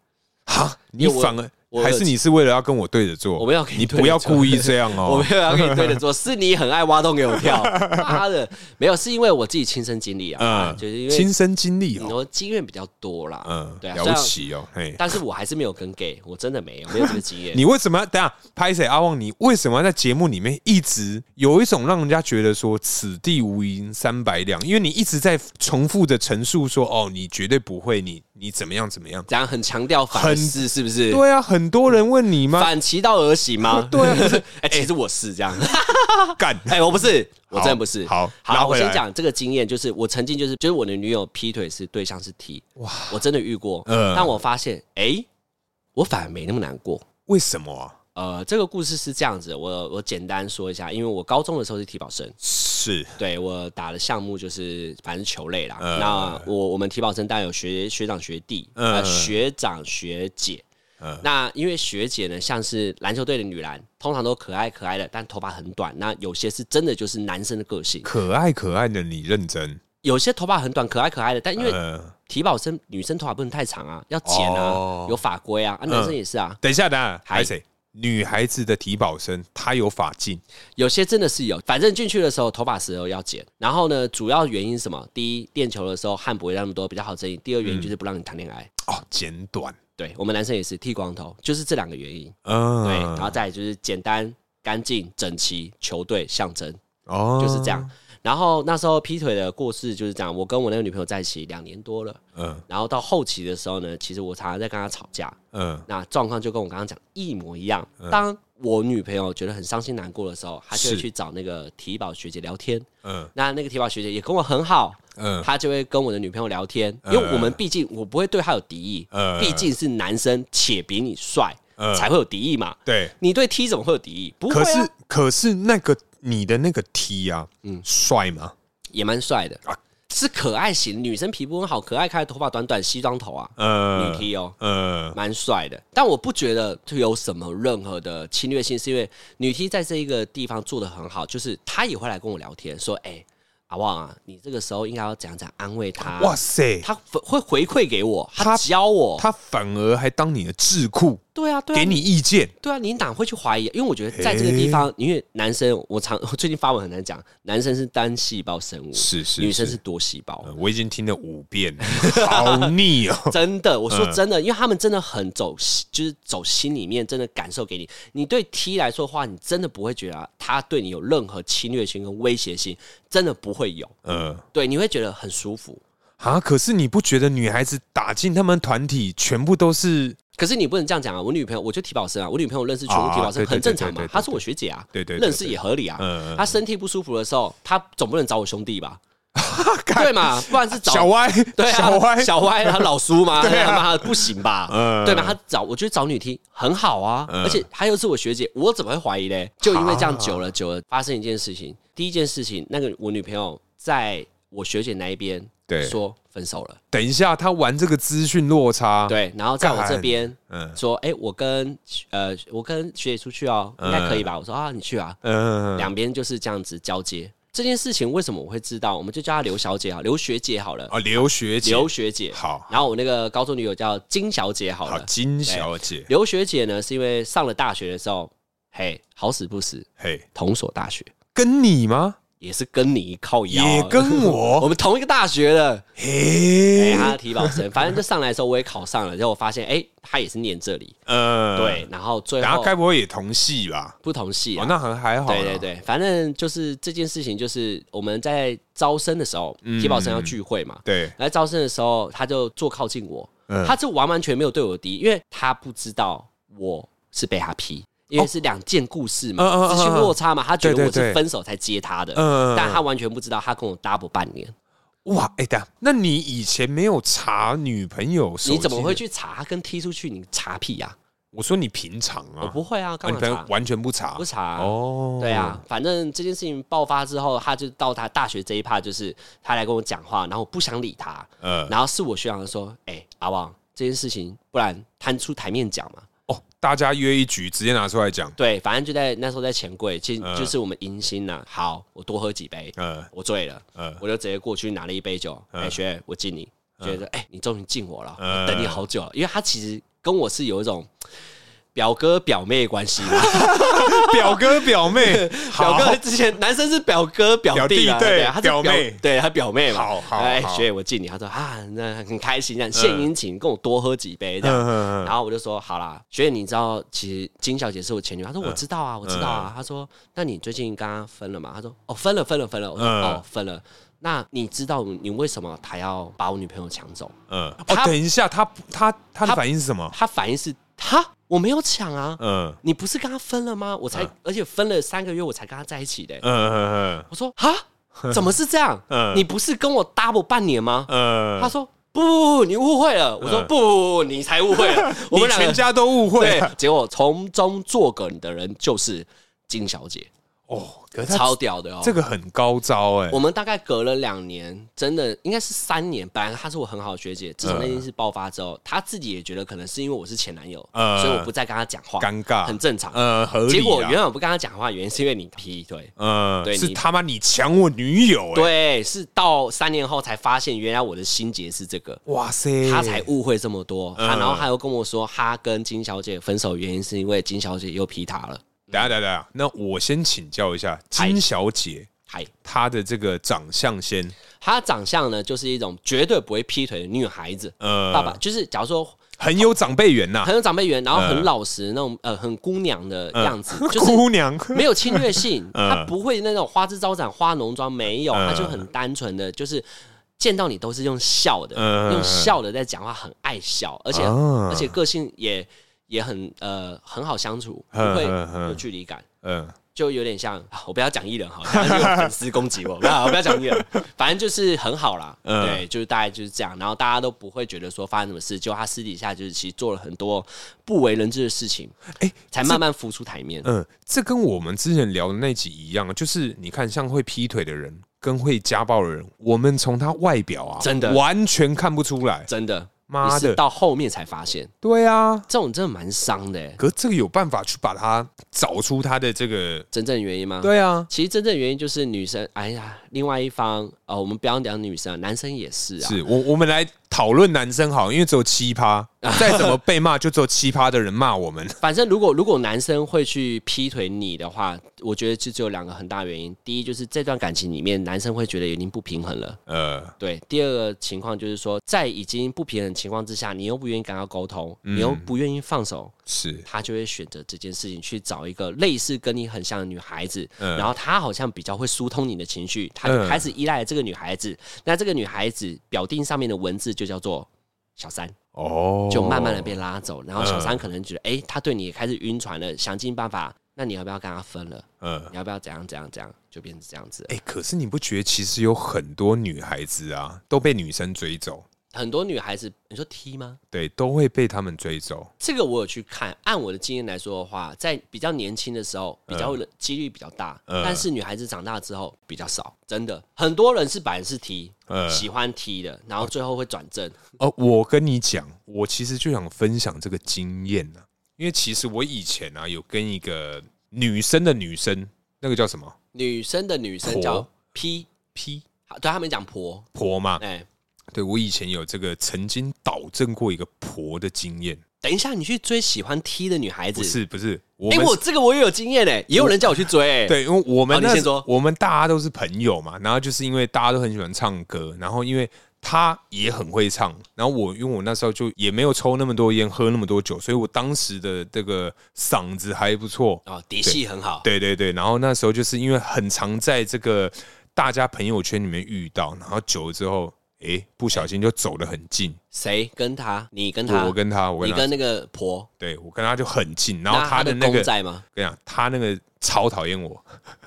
[SPEAKER 1] 哈，你
[SPEAKER 2] 因为我
[SPEAKER 1] 反而
[SPEAKER 2] 我
[SPEAKER 1] 还
[SPEAKER 2] 有
[SPEAKER 1] 是你是为了要跟我对着做？
[SPEAKER 2] 我没有跟你
[SPEAKER 1] 你
[SPEAKER 2] 对着
[SPEAKER 1] 不要
[SPEAKER 2] 做
[SPEAKER 1] 故意这样
[SPEAKER 2] 我
[SPEAKER 1] 哦
[SPEAKER 2] 没。有要跟你对着做，是你很爱挖洞给我跳，妈的，没有，是因为我自己亲身经历啊，
[SPEAKER 1] 嗯
[SPEAKER 2] 就是因为
[SPEAKER 1] 亲身经历哦，
[SPEAKER 2] 我经验比较多啦，
[SPEAKER 1] 嗯，
[SPEAKER 2] 对啊，
[SPEAKER 1] 了
[SPEAKER 2] 虽
[SPEAKER 1] 不
[SPEAKER 2] 然
[SPEAKER 1] 起哦，嘿。
[SPEAKER 2] 但是我还是没有跟 gay，我真的没有没有这个经验。
[SPEAKER 1] 你为什么要等下拍谁？阿旺，你为什么要在节目里面一直有一种让人家觉得说此地无银三百两？因为你一直在重复的陈述说，哦，你绝对不会，你你怎么样怎么样？
[SPEAKER 2] 怎样很强调反
[SPEAKER 1] 很
[SPEAKER 2] 思是不是？
[SPEAKER 1] 对啊，很多人问你吗？
[SPEAKER 2] 反其道而行吗？
[SPEAKER 1] 对啊不是
[SPEAKER 2] 哎、其实我是这样。
[SPEAKER 1] 干，
[SPEAKER 2] 哎、我不是，我
[SPEAKER 1] 好
[SPEAKER 2] 真的不是。
[SPEAKER 1] 好拉
[SPEAKER 2] 好，我
[SPEAKER 1] 回来
[SPEAKER 2] 先讲这个经验，就是我曾经就是就是我的女友劈腿是对象是 T，哇，我真的遇过，
[SPEAKER 1] 嗯
[SPEAKER 2] 但我发现，哎、我反而没那么难过。
[SPEAKER 1] 为什么啊？
[SPEAKER 2] 呃，这个故事是这样子，我我简单说一下，因为我高中的时候是体保生，
[SPEAKER 1] 是
[SPEAKER 2] 对我打的项目就是反正球类啦。那我我们体保生当然有学学长学弟，
[SPEAKER 1] 嗯
[SPEAKER 2] 呃，学长学姐。那因为学姐呢，像是篮球队的女篮，通常都可爱可爱的，但头发很短。那有些是真的就是男生的个性，
[SPEAKER 1] 可爱可爱的你认真，
[SPEAKER 2] 有些头发很短，可爱可爱的，但因为
[SPEAKER 1] 呃，
[SPEAKER 2] 体保生女生头发不能太长啊，要剪啊，
[SPEAKER 1] 哦
[SPEAKER 2] 有法规啊，啊，男生也是啊，
[SPEAKER 1] 等一下，等一下，
[SPEAKER 2] 嗨
[SPEAKER 1] 拍谁？女孩子的体保生，她有发髻，
[SPEAKER 2] 有些真的是有。反正进去的时候头发时候要剪，然后呢，主要原因是什么？第一，练球的时候汗不会那么多，比较好整理；第二
[SPEAKER 1] 嗯
[SPEAKER 2] 原因就是不让你谈恋爱。
[SPEAKER 1] 哦，剪短，
[SPEAKER 2] 对我们男生也是剃光头，就是这两个原因。
[SPEAKER 1] 嗯，
[SPEAKER 2] 对，然后再来就是简单、干净、整齐，球队象征
[SPEAKER 1] 哦
[SPEAKER 2] 就是这，样。然后那时候劈腿的故事就是这样，我跟我那个女朋友在一起两年多了，
[SPEAKER 1] 嗯
[SPEAKER 2] 然后到后期的时候呢，其实我常常在跟她吵架，
[SPEAKER 1] 嗯，
[SPEAKER 2] 那状况就跟我刚刚讲一模一样。当我女朋友觉得很伤心难过的时候，她就会
[SPEAKER 1] 是
[SPEAKER 2] 去找那个体保学姐聊天。
[SPEAKER 1] 嗯
[SPEAKER 2] 那那个体保学姐也跟我很好，
[SPEAKER 1] 嗯
[SPEAKER 2] 她就会跟我的女朋友聊天，因
[SPEAKER 1] 嗯
[SPEAKER 2] 为我们毕竟我不会对她有敌意，
[SPEAKER 1] 嗯
[SPEAKER 2] 毕竟是男生且比你帅
[SPEAKER 1] 嗯
[SPEAKER 2] 才会有敌意嘛。
[SPEAKER 1] 对。
[SPEAKER 2] 你对 T 怎么会有敌意？不会
[SPEAKER 1] 可是
[SPEAKER 2] 啊，
[SPEAKER 1] 可是那个你的那个 T 啊，嗯，帅吗？
[SPEAKER 2] 也蛮帅的
[SPEAKER 1] 啊，
[SPEAKER 2] 是可爱型女生，皮肤很好，可爱，开头发短短，西装头啊，
[SPEAKER 1] 呃
[SPEAKER 2] 女 T 哦。
[SPEAKER 1] 呃，
[SPEAKER 2] 蛮帅的，但我不觉得就有什么任何的侵略性，是因为女 T 在这一个地方做的很好，就是她也会来跟我聊天，说：“哎、阿旺啊，你这个时候应该要怎样怎样安慰她。”
[SPEAKER 1] 哇塞，
[SPEAKER 2] 她会回馈给我，她
[SPEAKER 1] 她
[SPEAKER 2] 教我，
[SPEAKER 1] 他反而还当你的智库，
[SPEAKER 2] 对啊，对啊，
[SPEAKER 1] 给你意见，
[SPEAKER 2] 对啊，你哪会去怀疑？因为我觉得在这个地方，因为男生，我常 我最近发文很难讲，男生是单细胞生物，
[SPEAKER 1] 是是
[SPEAKER 2] 女生是多细胞。
[SPEAKER 1] 呃我已经听了五遍 了，好腻哦。
[SPEAKER 2] 真的，我说真的，因为他们真的很走心，
[SPEAKER 1] 嗯
[SPEAKER 2] 就是走心里面，真的感受给你。你对 T 来说的话，你真的不会觉得他对你有任何侵略性跟威胁性，真的不会有。
[SPEAKER 1] 呃，
[SPEAKER 2] 对，你会觉得很舒服。
[SPEAKER 1] 啊，可是你不觉得女孩子打进他们团体，全部都是
[SPEAKER 2] 可是你不能这样讲啊！我女朋友，我就体保生啊，我女朋友认识全部体保生、
[SPEAKER 1] 啊对对
[SPEAKER 2] 很正常
[SPEAKER 1] 对对
[SPEAKER 2] 嘛
[SPEAKER 1] 对，对
[SPEAKER 2] 她是我学姐啊，
[SPEAKER 1] 对对对对
[SPEAKER 2] 认识也合理啊。
[SPEAKER 1] 嗯嗯
[SPEAKER 2] 她身体不舒服的时候，她总不能找我兄 弟吧？对嘛，不然是找
[SPEAKER 1] 小歪，
[SPEAKER 2] 对啊，
[SPEAKER 1] 小歪，
[SPEAKER 2] 小歪，他老苏 嘛，
[SPEAKER 1] 对啊
[SPEAKER 2] 他妈的不行吧？
[SPEAKER 1] 嗯
[SPEAKER 2] 对吧？他找，我觉得找女 T 很好啊，而且她又是我学姐，我怎么会怀疑嘞？就因为这样久了久了，发生一件事情，第一件事情，那个我女朋友在我学姐那一边
[SPEAKER 1] 对
[SPEAKER 2] 说分手了，
[SPEAKER 1] 等一下，他玩这个资讯落差，，
[SPEAKER 2] 对，啊然后在我这
[SPEAKER 1] 干
[SPEAKER 2] 边
[SPEAKER 1] 嗯
[SPEAKER 2] 说，哎，我跟呃，我跟学姐出去哦，应该可以吧？我说啊，你去啊，
[SPEAKER 1] 嗯，
[SPEAKER 2] 两边就是这样子交接。这件事情为什么我会知道？我们就叫她刘小姐好，刘学姐好了。
[SPEAKER 1] 啊，刘学姐，
[SPEAKER 2] 刘学姐，
[SPEAKER 1] 好
[SPEAKER 2] 然后我那个高中女友叫金小姐，好
[SPEAKER 1] 好
[SPEAKER 2] 了，
[SPEAKER 1] 金小姐，
[SPEAKER 2] 刘学姐呢，是因为上了大学的时候，嘿，好死不死，
[SPEAKER 1] 嘿，
[SPEAKER 2] 同所大学，
[SPEAKER 1] 跟你吗？
[SPEAKER 2] 也是跟你靠腰，啊
[SPEAKER 1] 也跟我嗯
[SPEAKER 2] 我们同一个大学的，哎、
[SPEAKER 1] 嘿，
[SPEAKER 2] 他是体保生，反正就上来的时候我也考上了，然后我发现，哎、他也是念这里，
[SPEAKER 1] 呃，
[SPEAKER 2] 对，，然后最
[SPEAKER 1] 然后
[SPEAKER 2] 后
[SPEAKER 1] 该不会也同系吧？
[SPEAKER 2] 不同系、啊
[SPEAKER 1] 哦，那很还好啦，
[SPEAKER 2] 对对对，反正就是这件事情，就是我们在招生的时候，
[SPEAKER 1] 嗯
[SPEAKER 2] 体保生要聚会嘛，
[SPEAKER 1] 对，
[SPEAKER 2] 来招生的时候，他就坐靠近我，
[SPEAKER 1] 嗯
[SPEAKER 2] 他是完完全没有对我敌意，因为他不知道我是被他批，因为是两件故事
[SPEAKER 1] 嗯嗯嗯
[SPEAKER 2] 嘛，
[SPEAKER 1] 嗯
[SPEAKER 2] 资讯落差嘛，他
[SPEAKER 1] 对
[SPEAKER 2] 觉得
[SPEAKER 1] 对
[SPEAKER 2] 我是
[SPEAKER 1] 对
[SPEAKER 2] 分手才接他的，
[SPEAKER 1] 嗯
[SPEAKER 2] 但他完全不知道，他跟我 double 半年，
[SPEAKER 1] 哇，哎，等一下，那你以前没有查女朋友手机？
[SPEAKER 2] 你怎么会？去查？他跟踢出去，你查屁呀？
[SPEAKER 1] 我说你平常啊，
[SPEAKER 2] 我不会啊，
[SPEAKER 1] 啊，
[SPEAKER 2] 干
[SPEAKER 1] 你
[SPEAKER 2] 嘛
[SPEAKER 1] 朋友
[SPEAKER 2] 查？
[SPEAKER 1] 完全不查，
[SPEAKER 2] 不查。
[SPEAKER 1] 哦，
[SPEAKER 2] 对啊，反正这件事情爆发之后，他就到他大学这一趴，就是他来跟我讲话，然后我不想理他，
[SPEAKER 1] 呃，
[SPEAKER 2] 然后是我学长就说：“哎、阿旺，这件事情不然摊出台面讲嘛。
[SPEAKER 1] 哦，大家约一局，直接拿出来讲”，
[SPEAKER 2] 对，反正就在那时候在钱柜，其实
[SPEAKER 1] 嗯
[SPEAKER 2] 就是我们迎新呐、好，我多喝几杯，
[SPEAKER 1] 呃
[SPEAKER 2] 我醉了，
[SPEAKER 1] 呃，
[SPEAKER 2] 我就直接过去拿了一杯酒，哎、
[SPEAKER 1] 嗯
[SPEAKER 2] 学姐，我敬你。学姐说：“哎、你终于敬我了，
[SPEAKER 1] 嗯
[SPEAKER 2] 我等你好久了。”因为他其实跟我是有一种表哥表妹关系 嘛。
[SPEAKER 1] 表哥表妹，
[SPEAKER 2] 表
[SPEAKER 1] 好
[SPEAKER 2] 哥之前男生是表哥表弟
[SPEAKER 1] 表
[SPEAKER 2] 啊，
[SPEAKER 1] 弟对
[SPEAKER 2] 啊他是表
[SPEAKER 1] 表妹
[SPEAKER 2] 对他表妹嘛。
[SPEAKER 1] 好好
[SPEAKER 2] 哎，
[SPEAKER 1] 好
[SPEAKER 2] 学姐我敬你，他说啊，那很开心，这样献殷勤，跟我多喝几杯这样。
[SPEAKER 1] 嗯嗯嗯
[SPEAKER 2] 然后我就说好啦，学姐，你知道其实金小姐是我前女友。她说我知道
[SPEAKER 1] 嗯
[SPEAKER 2] 啊，我知道啊。她说那你最近跟她分了吗？她说哦，分了，分了，分了。我说
[SPEAKER 1] 嗯
[SPEAKER 2] 哦，分了。那你知道你为什么她要把我女朋友抢走？
[SPEAKER 1] 嗯，哦，
[SPEAKER 2] 他
[SPEAKER 1] 等一下，他他他的
[SPEAKER 2] 他
[SPEAKER 1] 反应是什么？
[SPEAKER 2] 她反应是哈，我没有抢啊，
[SPEAKER 1] 嗯
[SPEAKER 2] 你不是跟她分了吗？我才而且分了三个月，我才跟她在一起的欸。
[SPEAKER 1] 嗯嗯
[SPEAKER 2] 我说哈，怎么是这样？
[SPEAKER 1] 嗯
[SPEAKER 2] 你不是跟我 double 半年吗
[SPEAKER 1] 嗯？嗯，
[SPEAKER 2] 她说不不不，你误会了。我说
[SPEAKER 1] 嗯
[SPEAKER 2] 不不不，你才误会 了。我们
[SPEAKER 1] 你
[SPEAKER 2] 两个
[SPEAKER 1] 全家都误会
[SPEAKER 2] 对
[SPEAKER 1] 了，
[SPEAKER 2] 结果从中作梗的人就是金小姐，
[SPEAKER 1] 哦，可是他
[SPEAKER 2] 超屌的哦。
[SPEAKER 1] 这个很高招哎
[SPEAKER 2] 我，们大概隔了两年，真的应该是三年。本来她是我很好的学姐，自从那件事爆发之后，她自己也觉得可能是因为我是前男友，
[SPEAKER 1] 嗯
[SPEAKER 2] 所以我不再跟她讲话，
[SPEAKER 1] 尴尬，
[SPEAKER 2] 很正常。
[SPEAKER 1] 呃，合理啦。
[SPEAKER 2] 结果原来我不跟她讲话，原因是因为你劈腿。
[SPEAKER 1] 嗯，
[SPEAKER 2] 对
[SPEAKER 1] 是
[SPEAKER 2] 你
[SPEAKER 1] 他妈你抢我女友哎，
[SPEAKER 2] 对，是到三年后才发现，原来我的心结是这个。
[SPEAKER 1] 哇塞，
[SPEAKER 2] 他才误会这么多，他
[SPEAKER 1] 嗯
[SPEAKER 2] 然后他又跟我说，他跟金小姐分手的原因是因为金小姐又劈他了。
[SPEAKER 1] 等一下等一下等一下，那我先请教一下
[SPEAKER 2] 嗨
[SPEAKER 1] 金小姐，
[SPEAKER 2] 嗨，
[SPEAKER 1] 她的这个长相先，
[SPEAKER 2] 她长相呢，就是一种绝对不会劈腿的女孩子。
[SPEAKER 1] 呃，
[SPEAKER 2] 爸爸就是，假如说
[SPEAKER 1] 很有长辈缘呐，
[SPEAKER 2] 很有长辈缘，然后
[SPEAKER 1] 嗯
[SPEAKER 2] 很老实那种，呃，很姑娘的 样子，就是
[SPEAKER 1] 姑娘，
[SPEAKER 2] 没有侵略性，
[SPEAKER 1] 嗯
[SPEAKER 2] 她不会那种花枝招展、花浓妆，没有，
[SPEAKER 1] 嗯
[SPEAKER 2] 她就很单纯的，就是见到你都是用笑的，
[SPEAKER 1] 嗯
[SPEAKER 2] 用笑的在讲话，很爱笑，而且、
[SPEAKER 1] 啊
[SPEAKER 2] 而且个性也也很呃很好相处，不
[SPEAKER 1] 嗯
[SPEAKER 2] 会
[SPEAKER 1] 嗯嗯
[SPEAKER 2] 有距离感。
[SPEAKER 1] 嗯
[SPEAKER 2] 就有点像， 啊我不要讲艺人好了，反正就有粉丝攻击我，不 要我不要讲艺人，反正就是很好啦。
[SPEAKER 1] 嗯
[SPEAKER 2] 对，就是大概就是这样，然后大家都不会觉得说发生什么事，就他私底下就是其实做了很多不为人知的事情，
[SPEAKER 1] 哎
[SPEAKER 2] 才慢慢浮出台面。
[SPEAKER 1] 嗯，这跟我们之前聊的那集一样，啊就是你看，像会劈腿的人跟会家暴的人，我们从他外表啊，
[SPEAKER 2] 真的
[SPEAKER 1] 完全看不出来。
[SPEAKER 2] 真的，
[SPEAKER 1] 妈的
[SPEAKER 2] 你是到后面才发现，
[SPEAKER 1] 对啊，
[SPEAKER 2] 这种真的蛮伤的、欸。
[SPEAKER 1] 可是这个有办法去把他找出他的这个，
[SPEAKER 2] 真正原因吗？，
[SPEAKER 1] 对啊，
[SPEAKER 2] 其实真正原因就是女生，哎呀，另外一方，呃，我们不要讲女生啊，男生也是啊。
[SPEAKER 1] 是我我们来讨论男生好，因为只有七 趴，再怎么被骂，就只有七趴的人骂我们。
[SPEAKER 2] 反正如果如果男生会去劈腿你的话，我觉得就只有两个很大原因。第一就是这段感情里面男生会觉得已经不平衡了，
[SPEAKER 1] 呃，
[SPEAKER 2] 对。第二个情况就是说，在已经不平衡的情况之下，你又不愿意跟他沟通，
[SPEAKER 1] 嗯
[SPEAKER 2] 你又不愿意放手，
[SPEAKER 1] 是，
[SPEAKER 2] 他就会选择这件事情去找一个类似跟你很像的女孩子，
[SPEAKER 1] 嗯
[SPEAKER 2] 然后她好像比较会疏通你的情绪，他就
[SPEAKER 1] 嗯
[SPEAKER 2] 开始依赖这个女孩子。那这个女孩子表定上面的文字就叫做小三。
[SPEAKER 1] 哦，
[SPEAKER 2] 就慢慢的被拉走。然后小三可能觉得，哎、他对你也开始晕船了，想尽办法，那你要不要跟他分了？
[SPEAKER 1] 嗯。
[SPEAKER 2] 你要不要怎样怎样怎样？就变成这样子了。
[SPEAKER 1] 哎、可是你不觉得其实有很多女孩子啊，都被女生追走，
[SPEAKER 2] 很多女孩子，你说 T 吗？
[SPEAKER 1] 对，都会被他们追走。
[SPEAKER 2] 这个我有去看，按我的经验来说的话，在比较年轻的时候，比较几率比较大，
[SPEAKER 1] 嗯
[SPEAKER 2] 但是女孩子长大之后比较少，真的很多人是本来是 T，、
[SPEAKER 1] 嗯
[SPEAKER 2] 喜欢 T 的，然后最后会转正，
[SPEAKER 1] 呃，我跟你讲，我其实就想分享这个经验啊，因为其实我以前啊有跟一个女生的女生，那个叫什么
[SPEAKER 2] 女生的女生
[SPEAKER 1] 婆
[SPEAKER 2] 叫 P，
[SPEAKER 1] P
[SPEAKER 2] 好对他们讲婆，
[SPEAKER 1] 婆嘛？
[SPEAKER 2] 哎、
[SPEAKER 1] 对我以前有这个曾经导正过一个婆的经验，
[SPEAKER 2] 等等一下你去追喜欢 T 的女孩子，
[SPEAKER 1] 不是不是，我
[SPEAKER 2] 哎、
[SPEAKER 1] 们
[SPEAKER 2] 我这个我也有经验嘞，也有人叫我去追、欸，
[SPEAKER 1] 对，因为我们
[SPEAKER 2] 好你
[SPEAKER 1] 那
[SPEAKER 2] 先说
[SPEAKER 1] 我们大家都是朋友嘛，然后就是因为大家都很喜欢唱歌，然后因为他也很会唱，然后我因为我那时候就也没有抽那么多烟，喝那么多酒，所以我当时的这个嗓子还不错。
[SPEAKER 2] 哦，底细很好，
[SPEAKER 1] 对对对，然后那时候就是因为很常在这个大家朋友圈里面遇到，然后久了之后，诶，不小心就走得很近，
[SPEAKER 2] 谁跟他？你跟他？
[SPEAKER 1] 我我跟他，我跟
[SPEAKER 2] 你
[SPEAKER 1] 他，
[SPEAKER 2] 跟那个婆，
[SPEAKER 1] 对我跟他就很近，然后
[SPEAKER 2] 那他
[SPEAKER 1] 的那
[SPEAKER 2] 公
[SPEAKER 1] 个
[SPEAKER 2] 在吗？
[SPEAKER 1] 跟你讲，他那个超讨厌我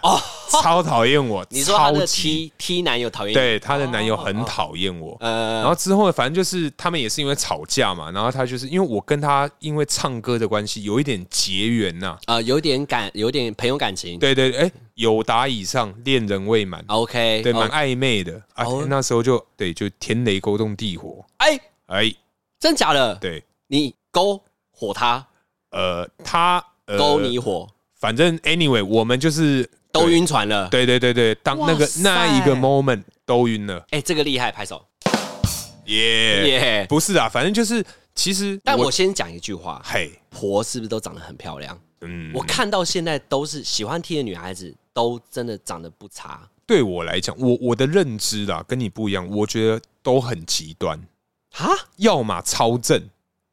[SPEAKER 1] 哦， 超讨厌我，
[SPEAKER 2] 你说他
[SPEAKER 1] 超
[SPEAKER 2] 的
[SPEAKER 1] 级
[SPEAKER 2] T T 男友讨厌你？
[SPEAKER 1] 对她的男友很讨厌我。
[SPEAKER 2] 呃，
[SPEAKER 1] 然后之后，反正就是他们也是因为吵架嘛，然后他就是因为我跟他因为唱歌的关系有一点结缘呐、
[SPEAKER 2] 呃，有点感，有点朋友感情。
[SPEAKER 1] 对对，哎，友达以上，恋人未满，
[SPEAKER 2] ，OK，
[SPEAKER 1] 对，
[SPEAKER 2] 哦
[SPEAKER 1] 蛮暧昧的啊
[SPEAKER 2] 哦。
[SPEAKER 1] 那时候就对，就天雷勾动地火，
[SPEAKER 2] 哎、
[SPEAKER 1] 哎，
[SPEAKER 2] 真假的？
[SPEAKER 1] 对，
[SPEAKER 2] 你勾火他，
[SPEAKER 1] 呃，他呃
[SPEAKER 2] 勾你，火，
[SPEAKER 1] 反正 anyway，我们就是
[SPEAKER 2] 都，晕船了。
[SPEAKER 1] 对对对对，当那
[SPEAKER 2] 哇
[SPEAKER 1] 个
[SPEAKER 2] 塞
[SPEAKER 1] 那一个 moment 都晕了，
[SPEAKER 2] 哎、这个厉害，拍手
[SPEAKER 1] 耶、
[SPEAKER 2] 耶
[SPEAKER 1] 不是啊，反正就是其实，
[SPEAKER 2] 但我先讲一句话，
[SPEAKER 1] 嘿，
[SPEAKER 2] 婆是不是都长得很漂亮？
[SPEAKER 1] 嗯，
[SPEAKER 2] 我看到现在都是喜欢 T 的女孩子，都真的长得不差。
[SPEAKER 1] 对我来讲，我我的认知啦跟你不一样，我觉得都很极端，
[SPEAKER 2] 哈，
[SPEAKER 1] 要么超正，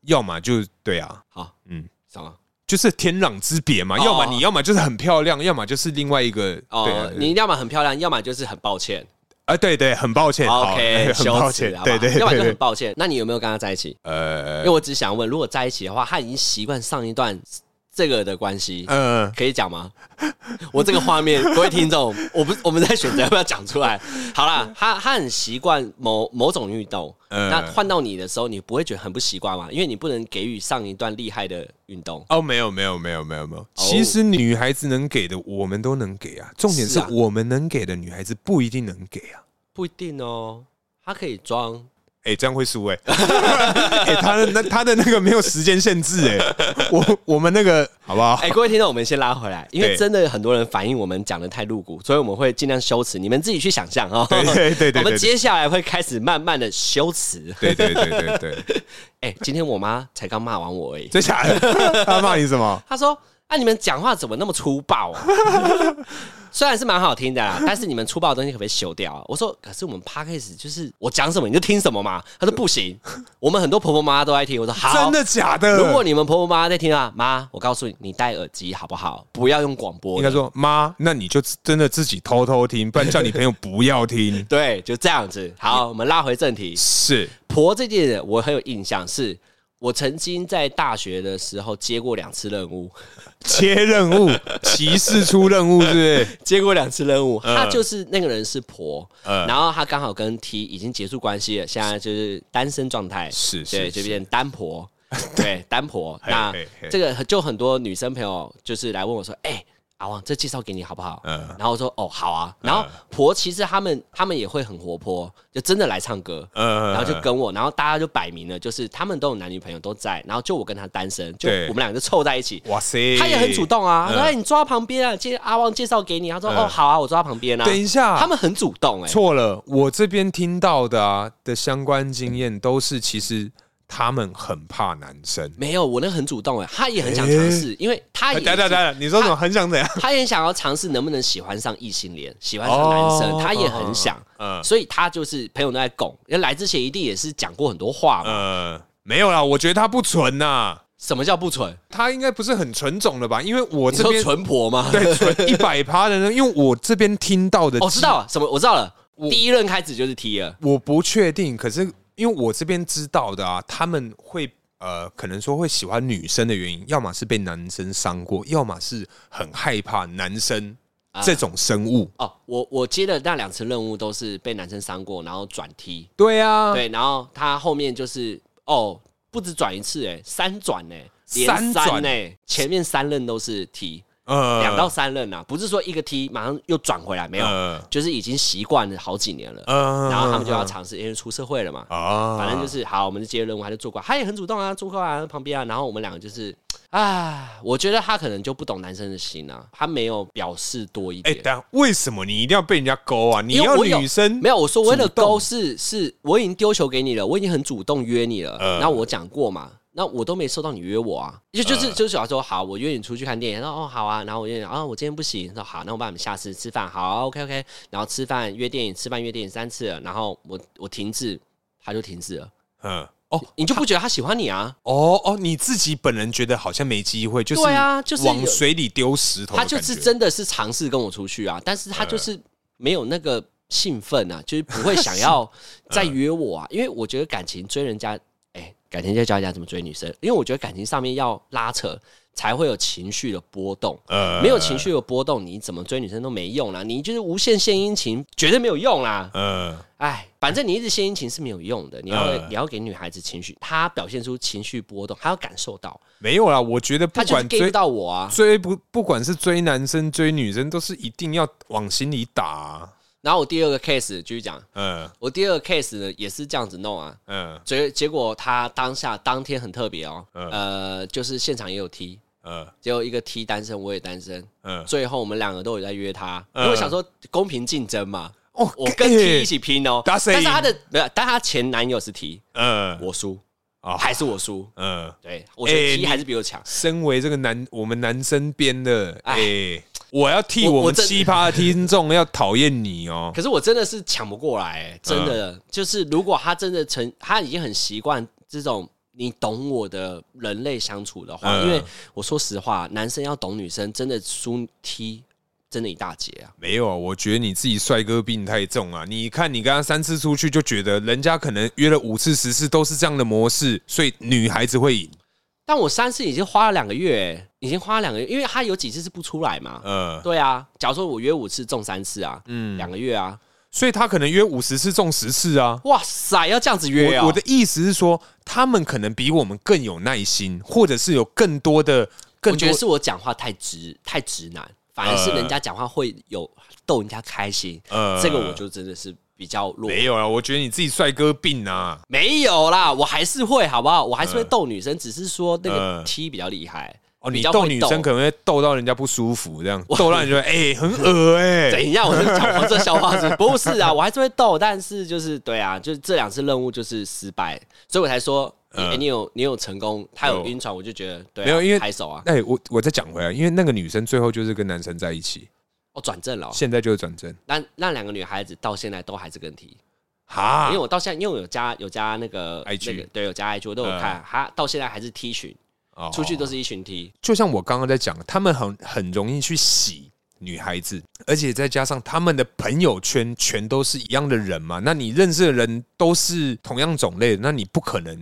[SPEAKER 1] 要么就对啊，
[SPEAKER 2] 好，
[SPEAKER 1] 嗯。
[SPEAKER 2] 什么？
[SPEAKER 1] 就是天壤之别嘛，
[SPEAKER 2] 哦
[SPEAKER 1] 要么你要么就是很漂亮，要么就是另外一个对啊
[SPEAKER 2] 哦，，你要么很漂亮，要么就是很抱歉。
[SPEAKER 1] 啊，对对，很抱歉好
[SPEAKER 2] OK，
[SPEAKER 1] 很抱
[SPEAKER 2] 羞
[SPEAKER 1] 歉
[SPEAKER 2] 耻，好，不好
[SPEAKER 1] 对对
[SPEAKER 2] 要么就
[SPEAKER 1] 对
[SPEAKER 2] 很
[SPEAKER 1] 对，
[SPEAKER 2] 抱歉。那你有没有跟他在一起？因
[SPEAKER 1] 呃
[SPEAKER 2] 为我只想问，如果在一起的话，他已经习惯上一段这个的关系，
[SPEAKER 1] 呃，
[SPEAKER 2] 可以讲吗？我这个画面，各位听 众，我不，我们在选择要不要讲出来。好啦，他他很习惯某某种运动，
[SPEAKER 1] 嗯
[SPEAKER 2] 那换到你的时候，你不会觉得很不习惯吗？因为你不能给予上一段厉害的运动。
[SPEAKER 1] 哦，没有没有没有没有
[SPEAKER 2] 哦
[SPEAKER 1] 没有，其实女孩子能给的我们都能给啊，重点
[SPEAKER 2] 是
[SPEAKER 1] 是
[SPEAKER 2] 啊
[SPEAKER 1] 我们能给的女孩子不一定能给啊。
[SPEAKER 2] 不一定哦，他可以装。
[SPEAKER 1] 哎、这样会输哎、 哎、他的那他的那个没有时间限制哎、我我们那个好不好？
[SPEAKER 2] 哎、各位听众，我们先拉回来，因为
[SPEAKER 1] 对
[SPEAKER 2] 真的很多人反映我们讲的太露骨，所以我们会尽量修辞，你们自己去想象哦。
[SPEAKER 1] 对对对对对
[SPEAKER 2] 我们接下来会开始慢慢的修辞。
[SPEAKER 1] 对对对对对，
[SPEAKER 2] 哎、今天我妈才刚骂完我而已，
[SPEAKER 1] 真假的？他骂你什么？
[SPEAKER 2] 她说：“啊，你们讲话怎么那么粗暴啊？” 虽然是蛮好听的啦，但是你们粗暴的东西可不可以修掉啊？我说，可是我们 p a c k a g e 就是我讲什么你就听什么嘛。她说不行，我们很多婆婆妈妈都爱听。我说好，
[SPEAKER 1] 真的假的？
[SPEAKER 2] 如果你们婆婆妈妈在听啊，妈，我告诉你，你戴耳机好不好？不要用广播的。。
[SPEAKER 1] 应该说妈，那你就真的自己偷偷听，不然叫你朋友不要听
[SPEAKER 2] 对，就这样子。好，我们拉回正题。
[SPEAKER 1] 是
[SPEAKER 2] 婆这件事我很有印象，是我曾经在大学的时候接过两次任务，
[SPEAKER 1] 接任务，骑士出任务是不 是？
[SPEAKER 2] 接过两次任务。她就是那个人是婆，
[SPEAKER 1] 嗯
[SPEAKER 2] 然后她刚好跟 T 已经结束关系了，现在就是单身状态，
[SPEAKER 1] 是是
[SPEAKER 2] 对，
[SPEAKER 1] 是
[SPEAKER 2] 就变单婆， 对，单婆。
[SPEAKER 1] 嘿
[SPEAKER 2] 那
[SPEAKER 1] 嘿嘿
[SPEAKER 2] 这个就很多女生朋友就是来问我说，哎、阿旺，这介绍给你好不好？
[SPEAKER 1] 嗯
[SPEAKER 2] 然后我说哦好啊，然后婆其实他们他们也会很活泼，就真的来唱歌，
[SPEAKER 1] 呃
[SPEAKER 2] 然后就跟我，然后大家就摆明了，就是他们都有男女朋友都在，然后就我跟他单身，就
[SPEAKER 1] 对嗯
[SPEAKER 2] 我们两个就凑在一起。
[SPEAKER 1] 哇塞，
[SPEAKER 2] 他也很主。动啊，他说：“哎，你坐他旁边啊，介阿旺介绍给你。”他说：“哦，好啊，我坐他旁边
[SPEAKER 1] 嗯
[SPEAKER 2] 啊。”
[SPEAKER 1] 等一下，
[SPEAKER 2] 他们很主动哎，
[SPEAKER 1] 错了，我这边听到的啊的相关经验都是，其实他们很怕男生。
[SPEAKER 2] 没有我那个很主动哎，他也很想尝试，因为他哎也
[SPEAKER 1] 哎等等等，你说什么？很想怎样？
[SPEAKER 2] 他也想要尝试能不能喜欢上异性恋，喜欢上男生，
[SPEAKER 1] 哦
[SPEAKER 2] 他也很想，
[SPEAKER 1] 嗯
[SPEAKER 2] 所以他就是朋友都在拱，因为来之前一定也是讲过很多话嘛。
[SPEAKER 1] 呃，没有啦，我觉得他不纯呐，
[SPEAKER 2] 什么叫不纯？
[SPEAKER 1] 他应该不是很纯种的吧？因为我
[SPEAKER 2] 你
[SPEAKER 1] 这
[SPEAKER 2] 说
[SPEAKER 1] 边
[SPEAKER 2] 纯婆吗？
[SPEAKER 1] 对 纯一百趴的呢，因为我这边听到的，
[SPEAKER 2] 我哦知道了什么，我知道了。第一任开始就是 T 了。
[SPEAKER 1] 我不确定，可是因为我这边知道的啊，他们会呃，可能说会喜欢女生的原因，要么是被男生伤过，要么是很害怕男生
[SPEAKER 2] 啊
[SPEAKER 1] 这种生物。
[SPEAKER 2] 哦，我我接的那两次任务都是被男生伤过，然后转踢，
[SPEAKER 1] 对啊，
[SPEAKER 2] 对，然后他后面就是哦，不止转一次、欸，哎，三转呢、欸，连
[SPEAKER 1] 三转
[SPEAKER 2] 三呢、欸，前面三任都是踢，
[SPEAKER 1] 呃
[SPEAKER 2] 两、到三任啊，不是说一个踢马上又转回来，没有，
[SPEAKER 1] 呃
[SPEAKER 2] 就是已经习惯了好几年了，
[SPEAKER 1] 呃
[SPEAKER 2] 然后他们就要尝试，因为出社会了嘛，
[SPEAKER 1] 啊，
[SPEAKER 2] 反正就是好，我们就接任务，他就做过来，他也很主动啊，做过来旁边啊，然后我们两个就是，啊，我觉得他可能就不懂男生的心啊，他没有表示多一
[SPEAKER 1] 哎、
[SPEAKER 2] 点。
[SPEAKER 1] 等一下为什么你一定要被人家勾啊？你
[SPEAKER 2] 因为
[SPEAKER 1] 要
[SPEAKER 2] 我有
[SPEAKER 1] 女生
[SPEAKER 2] 没有，我说我为了
[SPEAKER 1] 主动
[SPEAKER 2] 勾是是，我已经丢球给你了，我已经很主动约你了。
[SPEAKER 1] 呃
[SPEAKER 2] 然后我讲过嘛，那我都没收到你约我啊，就就是就是想说好，我约你出去看电影，他说哦好啊，然后我约你啊，我今天不行，说好，那我帮你们下次吃饭，好，OK OK，然后吃饭约电影，吃饭约电影三次了，然后我我停滞，他就停滞了，
[SPEAKER 1] 嗯，哦
[SPEAKER 2] 你就不觉得他喜欢你啊？
[SPEAKER 1] 哦哦，你自己本人觉得好像没机会，就是
[SPEAKER 2] 对啊就是有
[SPEAKER 1] 往水里丢石头的
[SPEAKER 2] 他
[SPEAKER 1] 感觉，嗯
[SPEAKER 2] 就是真的是尝试跟我出去啊，但是他就是没有那个兴奋啊， 就是不会想要再约我啊，因为我觉得感情追人家，哎、感情就教人家怎么追女生，因为我觉得感情上面要拉扯才会有情绪的波动。
[SPEAKER 1] 呃
[SPEAKER 2] 没有情，绪的波动，你怎么追女生都没用啦！你就是无限献殷勤，绝对没有用啦！
[SPEAKER 1] 呃，
[SPEAKER 2] 哎，反正你一直献殷勤是没有用的，你要、
[SPEAKER 1] 呃
[SPEAKER 2] 你要给女孩子情绪，她表现出情绪波动，她要感受到，
[SPEAKER 1] 没有啦，我觉得不
[SPEAKER 2] 她就是
[SPEAKER 1] 管
[SPEAKER 2] get
[SPEAKER 1] 追
[SPEAKER 2] 不到我啊。
[SPEAKER 1] 追不，不管是追男生追女生，都是一定要往心里打啊，
[SPEAKER 2] 然后我第二个 case 继续讲，
[SPEAKER 1] 嗯
[SPEAKER 2] 我第二个 case 呢也是这样子弄啊，
[SPEAKER 1] 嗯
[SPEAKER 2] 结结果他当下当天很特别哦，
[SPEAKER 1] 嗯
[SPEAKER 2] 呃，就是现场也有踢，
[SPEAKER 1] 嗯
[SPEAKER 2] 结果一个踢单身，我也单身，
[SPEAKER 1] 嗯，
[SPEAKER 2] 最后我们两个都有在约他，
[SPEAKER 1] 嗯
[SPEAKER 2] 因为我想说公平竞 争嘛，
[SPEAKER 1] 哦
[SPEAKER 2] 我跟踢一，起拼哦，
[SPEAKER 1] 打
[SPEAKER 2] 但
[SPEAKER 1] 谁
[SPEAKER 2] 是他的没有，但他前男友是踢，
[SPEAKER 1] 嗯
[SPEAKER 2] 我输
[SPEAKER 1] 啊
[SPEAKER 2] 还是我输，
[SPEAKER 1] 嗯，
[SPEAKER 2] 对我觉得
[SPEAKER 1] 哎
[SPEAKER 2] 踢
[SPEAKER 1] 你
[SPEAKER 2] 还是比我强，
[SPEAKER 1] 身为这个男我们男生编的，
[SPEAKER 2] 哎
[SPEAKER 1] 哎，我要替
[SPEAKER 2] 我
[SPEAKER 1] 我
[SPEAKER 2] 我
[SPEAKER 1] 们
[SPEAKER 2] 真
[SPEAKER 1] 奇葩的听众要讨厌你哦，
[SPEAKER 2] 可是我真的是抢不过来、真的、就是如果他真的成，他已经很习惯这种你懂我的人类相处的话，
[SPEAKER 1] 嗯
[SPEAKER 2] 因为我说实话，男生要懂女生，真的输 T 真的一大截啊。
[SPEAKER 1] 没有啊，我觉得你自己帅哥病太重啊！你看你刚刚三次出去就觉得人家可能约了五次、十次都是这样的模式，所以女孩子会赢。
[SPEAKER 2] 但我三次已经花了两个月、已经花了两个月，因为他有几次是不出来嘛。
[SPEAKER 1] 呃，
[SPEAKER 2] 对啊，假如说我约五次中三次啊，
[SPEAKER 1] 嗯
[SPEAKER 2] 两个月啊，
[SPEAKER 1] 所以他可能约五十次中十次啊。
[SPEAKER 2] 哇塞，要这样子约啊、
[SPEAKER 1] 我我的意思是说，他们可能比我们更有耐心，或者是有更多的更多
[SPEAKER 2] 我觉得是我讲话太直太直男，反而是嗯人家讲话会有逗人家开心，
[SPEAKER 1] 呃
[SPEAKER 2] 这个我就真的是比较弱。
[SPEAKER 1] 没有啊。我觉得你自己帅哥病啊。
[SPEAKER 2] 没有啦，我还是会好不好？我还是
[SPEAKER 1] 嗯
[SPEAKER 2] 会逗女生，只是说那个
[SPEAKER 1] 呃
[SPEAKER 2] T 比较厉害。
[SPEAKER 1] 哦，
[SPEAKER 2] 比
[SPEAKER 1] 你
[SPEAKER 2] 较
[SPEAKER 1] 逗
[SPEAKER 2] 会
[SPEAKER 1] 女生可能会逗到人家不舒服， 这样逗到你觉得哎、很恶哎、
[SPEAKER 2] 等一下，我是讲我这笑 话是不是啊？我还是会逗，但是就是对啊，就是这两次任务就是失败，所以我才说，哎、
[SPEAKER 1] 呃
[SPEAKER 2] 你有你有成功，他有
[SPEAKER 1] 有
[SPEAKER 2] 晕船，我就觉得对、啊，
[SPEAKER 1] 没有因为
[SPEAKER 2] 拍手啊，
[SPEAKER 1] 哎、我我再讲回来，因为那个女生最后就是跟男生在一起，
[SPEAKER 2] 哦转正了哦、
[SPEAKER 1] 现在就是转正。
[SPEAKER 2] 那那两个女孩子到现在都还是跟 T。
[SPEAKER 1] 哈
[SPEAKER 2] 因为我到现在，因为我有加有加那个
[SPEAKER 1] IG
[SPEAKER 2] 那个对，有加 IG，我都有看，他到现在还是 T 群，
[SPEAKER 1] 嗯哦
[SPEAKER 2] 出去都是一群 T，
[SPEAKER 1] 就像我刚刚在讲，他们很很容易去洗女孩子，而且再加上他们的朋友圈全都是一样的人嘛，那你认识的人都是同样种类的，那你不可能，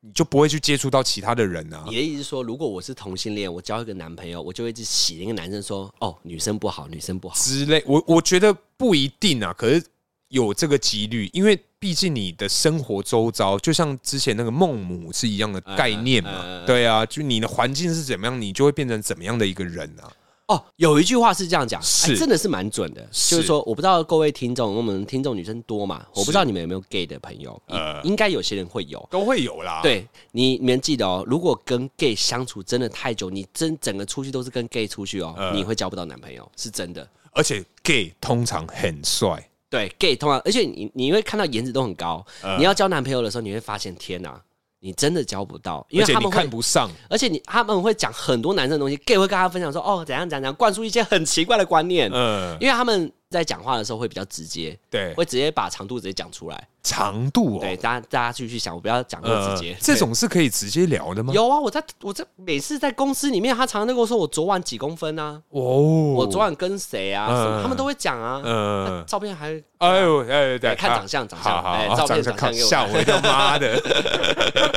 [SPEAKER 1] 你就不会去接触到其他的人啊
[SPEAKER 2] 你。的意思是说，如果我是同性恋，我交一个男朋友，我就会一直洗那个男生说，哦，女生不好，女生不好。
[SPEAKER 1] 之类，我我觉得不一定啊，可是有这个几率，因为毕竟你的生活周遭，就像之前那个孟母是一样的概念嘛，
[SPEAKER 2] 嗯嗯嗯嗯
[SPEAKER 1] 对啊，就你的环境是怎么样，你就会变成怎么样的一个人啊。
[SPEAKER 2] 哦，有一句话是这样讲，
[SPEAKER 1] 是
[SPEAKER 2] 哎真的是蛮准的，
[SPEAKER 1] 是
[SPEAKER 2] 就是说，我不知道各位听众，我们听众女生多嘛，我不知道你们有没有 gay 的朋友，
[SPEAKER 1] 呃
[SPEAKER 2] 应该有些人会有。
[SPEAKER 1] 都会有啦，
[SPEAKER 2] 对你，你们记得哦，如果跟 gay 相处真的太久，你真整个出去都是跟 gay 出去哦，
[SPEAKER 1] 嗯
[SPEAKER 2] 你会交不到男朋友，是真的。
[SPEAKER 1] 而且 gay 通常很帅，
[SPEAKER 2] 对 gay 通常，而且你你会看到颜值都很高，
[SPEAKER 1] 呃
[SPEAKER 2] 你要交男朋友的时候，你会发现天哪、你真的交不到，
[SPEAKER 1] 而
[SPEAKER 2] 因为
[SPEAKER 1] 且
[SPEAKER 2] 他
[SPEAKER 1] 你
[SPEAKER 2] 们
[SPEAKER 1] 看
[SPEAKER 2] 会，
[SPEAKER 1] 不上，
[SPEAKER 2] 而且你他们会讲很多男生的东西，gay 会跟他分享说哦怎样怎样怎样，灌输一些很奇怪的观念，
[SPEAKER 1] 嗯，
[SPEAKER 2] 因为他们在讲话的时候会比较直接，
[SPEAKER 1] 对，
[SPEAKER 2] 会直接把长度直接讲出来。
[SPEAKER 1] 长度哦，
[SPEAKER 2] 对，大家大家继续想，我不要讲那么
[SPEAKER 1] 呃
[SPEAKER 2] 直接。
[SPEAKER 1] 这种是可以直接聊的吗
[SPEAKER 2] 对？有啊，我在我在每次在公司里面，他常常都跟我说我昨晚几公分啊，
[SPEAKER 1] 哦，
[SPEAKER 2] 我
[SPEAKER 1] 我
[SPEAKER 2] 昨，晚跟谁啊，什么
[SPEAKER 1] 嗯
[SPEAKER 2] 他们都会讲啊，
[SPEAKER 1] 嗯，
[SPEAKER 2] 照片还
[SPEAKER 1] 哎呦，哎，对，
[SPEAKER 2] 对看
[SPEAKER 1] 啊
[SPEAKER 2] 长相长相
[SPEAKER 1] 好好
[SPEAKER 2] 哎
[SPEAKER 1] 好
[SPEAKER 2] 照片
[SPEAKER 1] 相
[SPEAKER 2] 长相给我
[SPEAKER 1] 吓我一跳，妈的，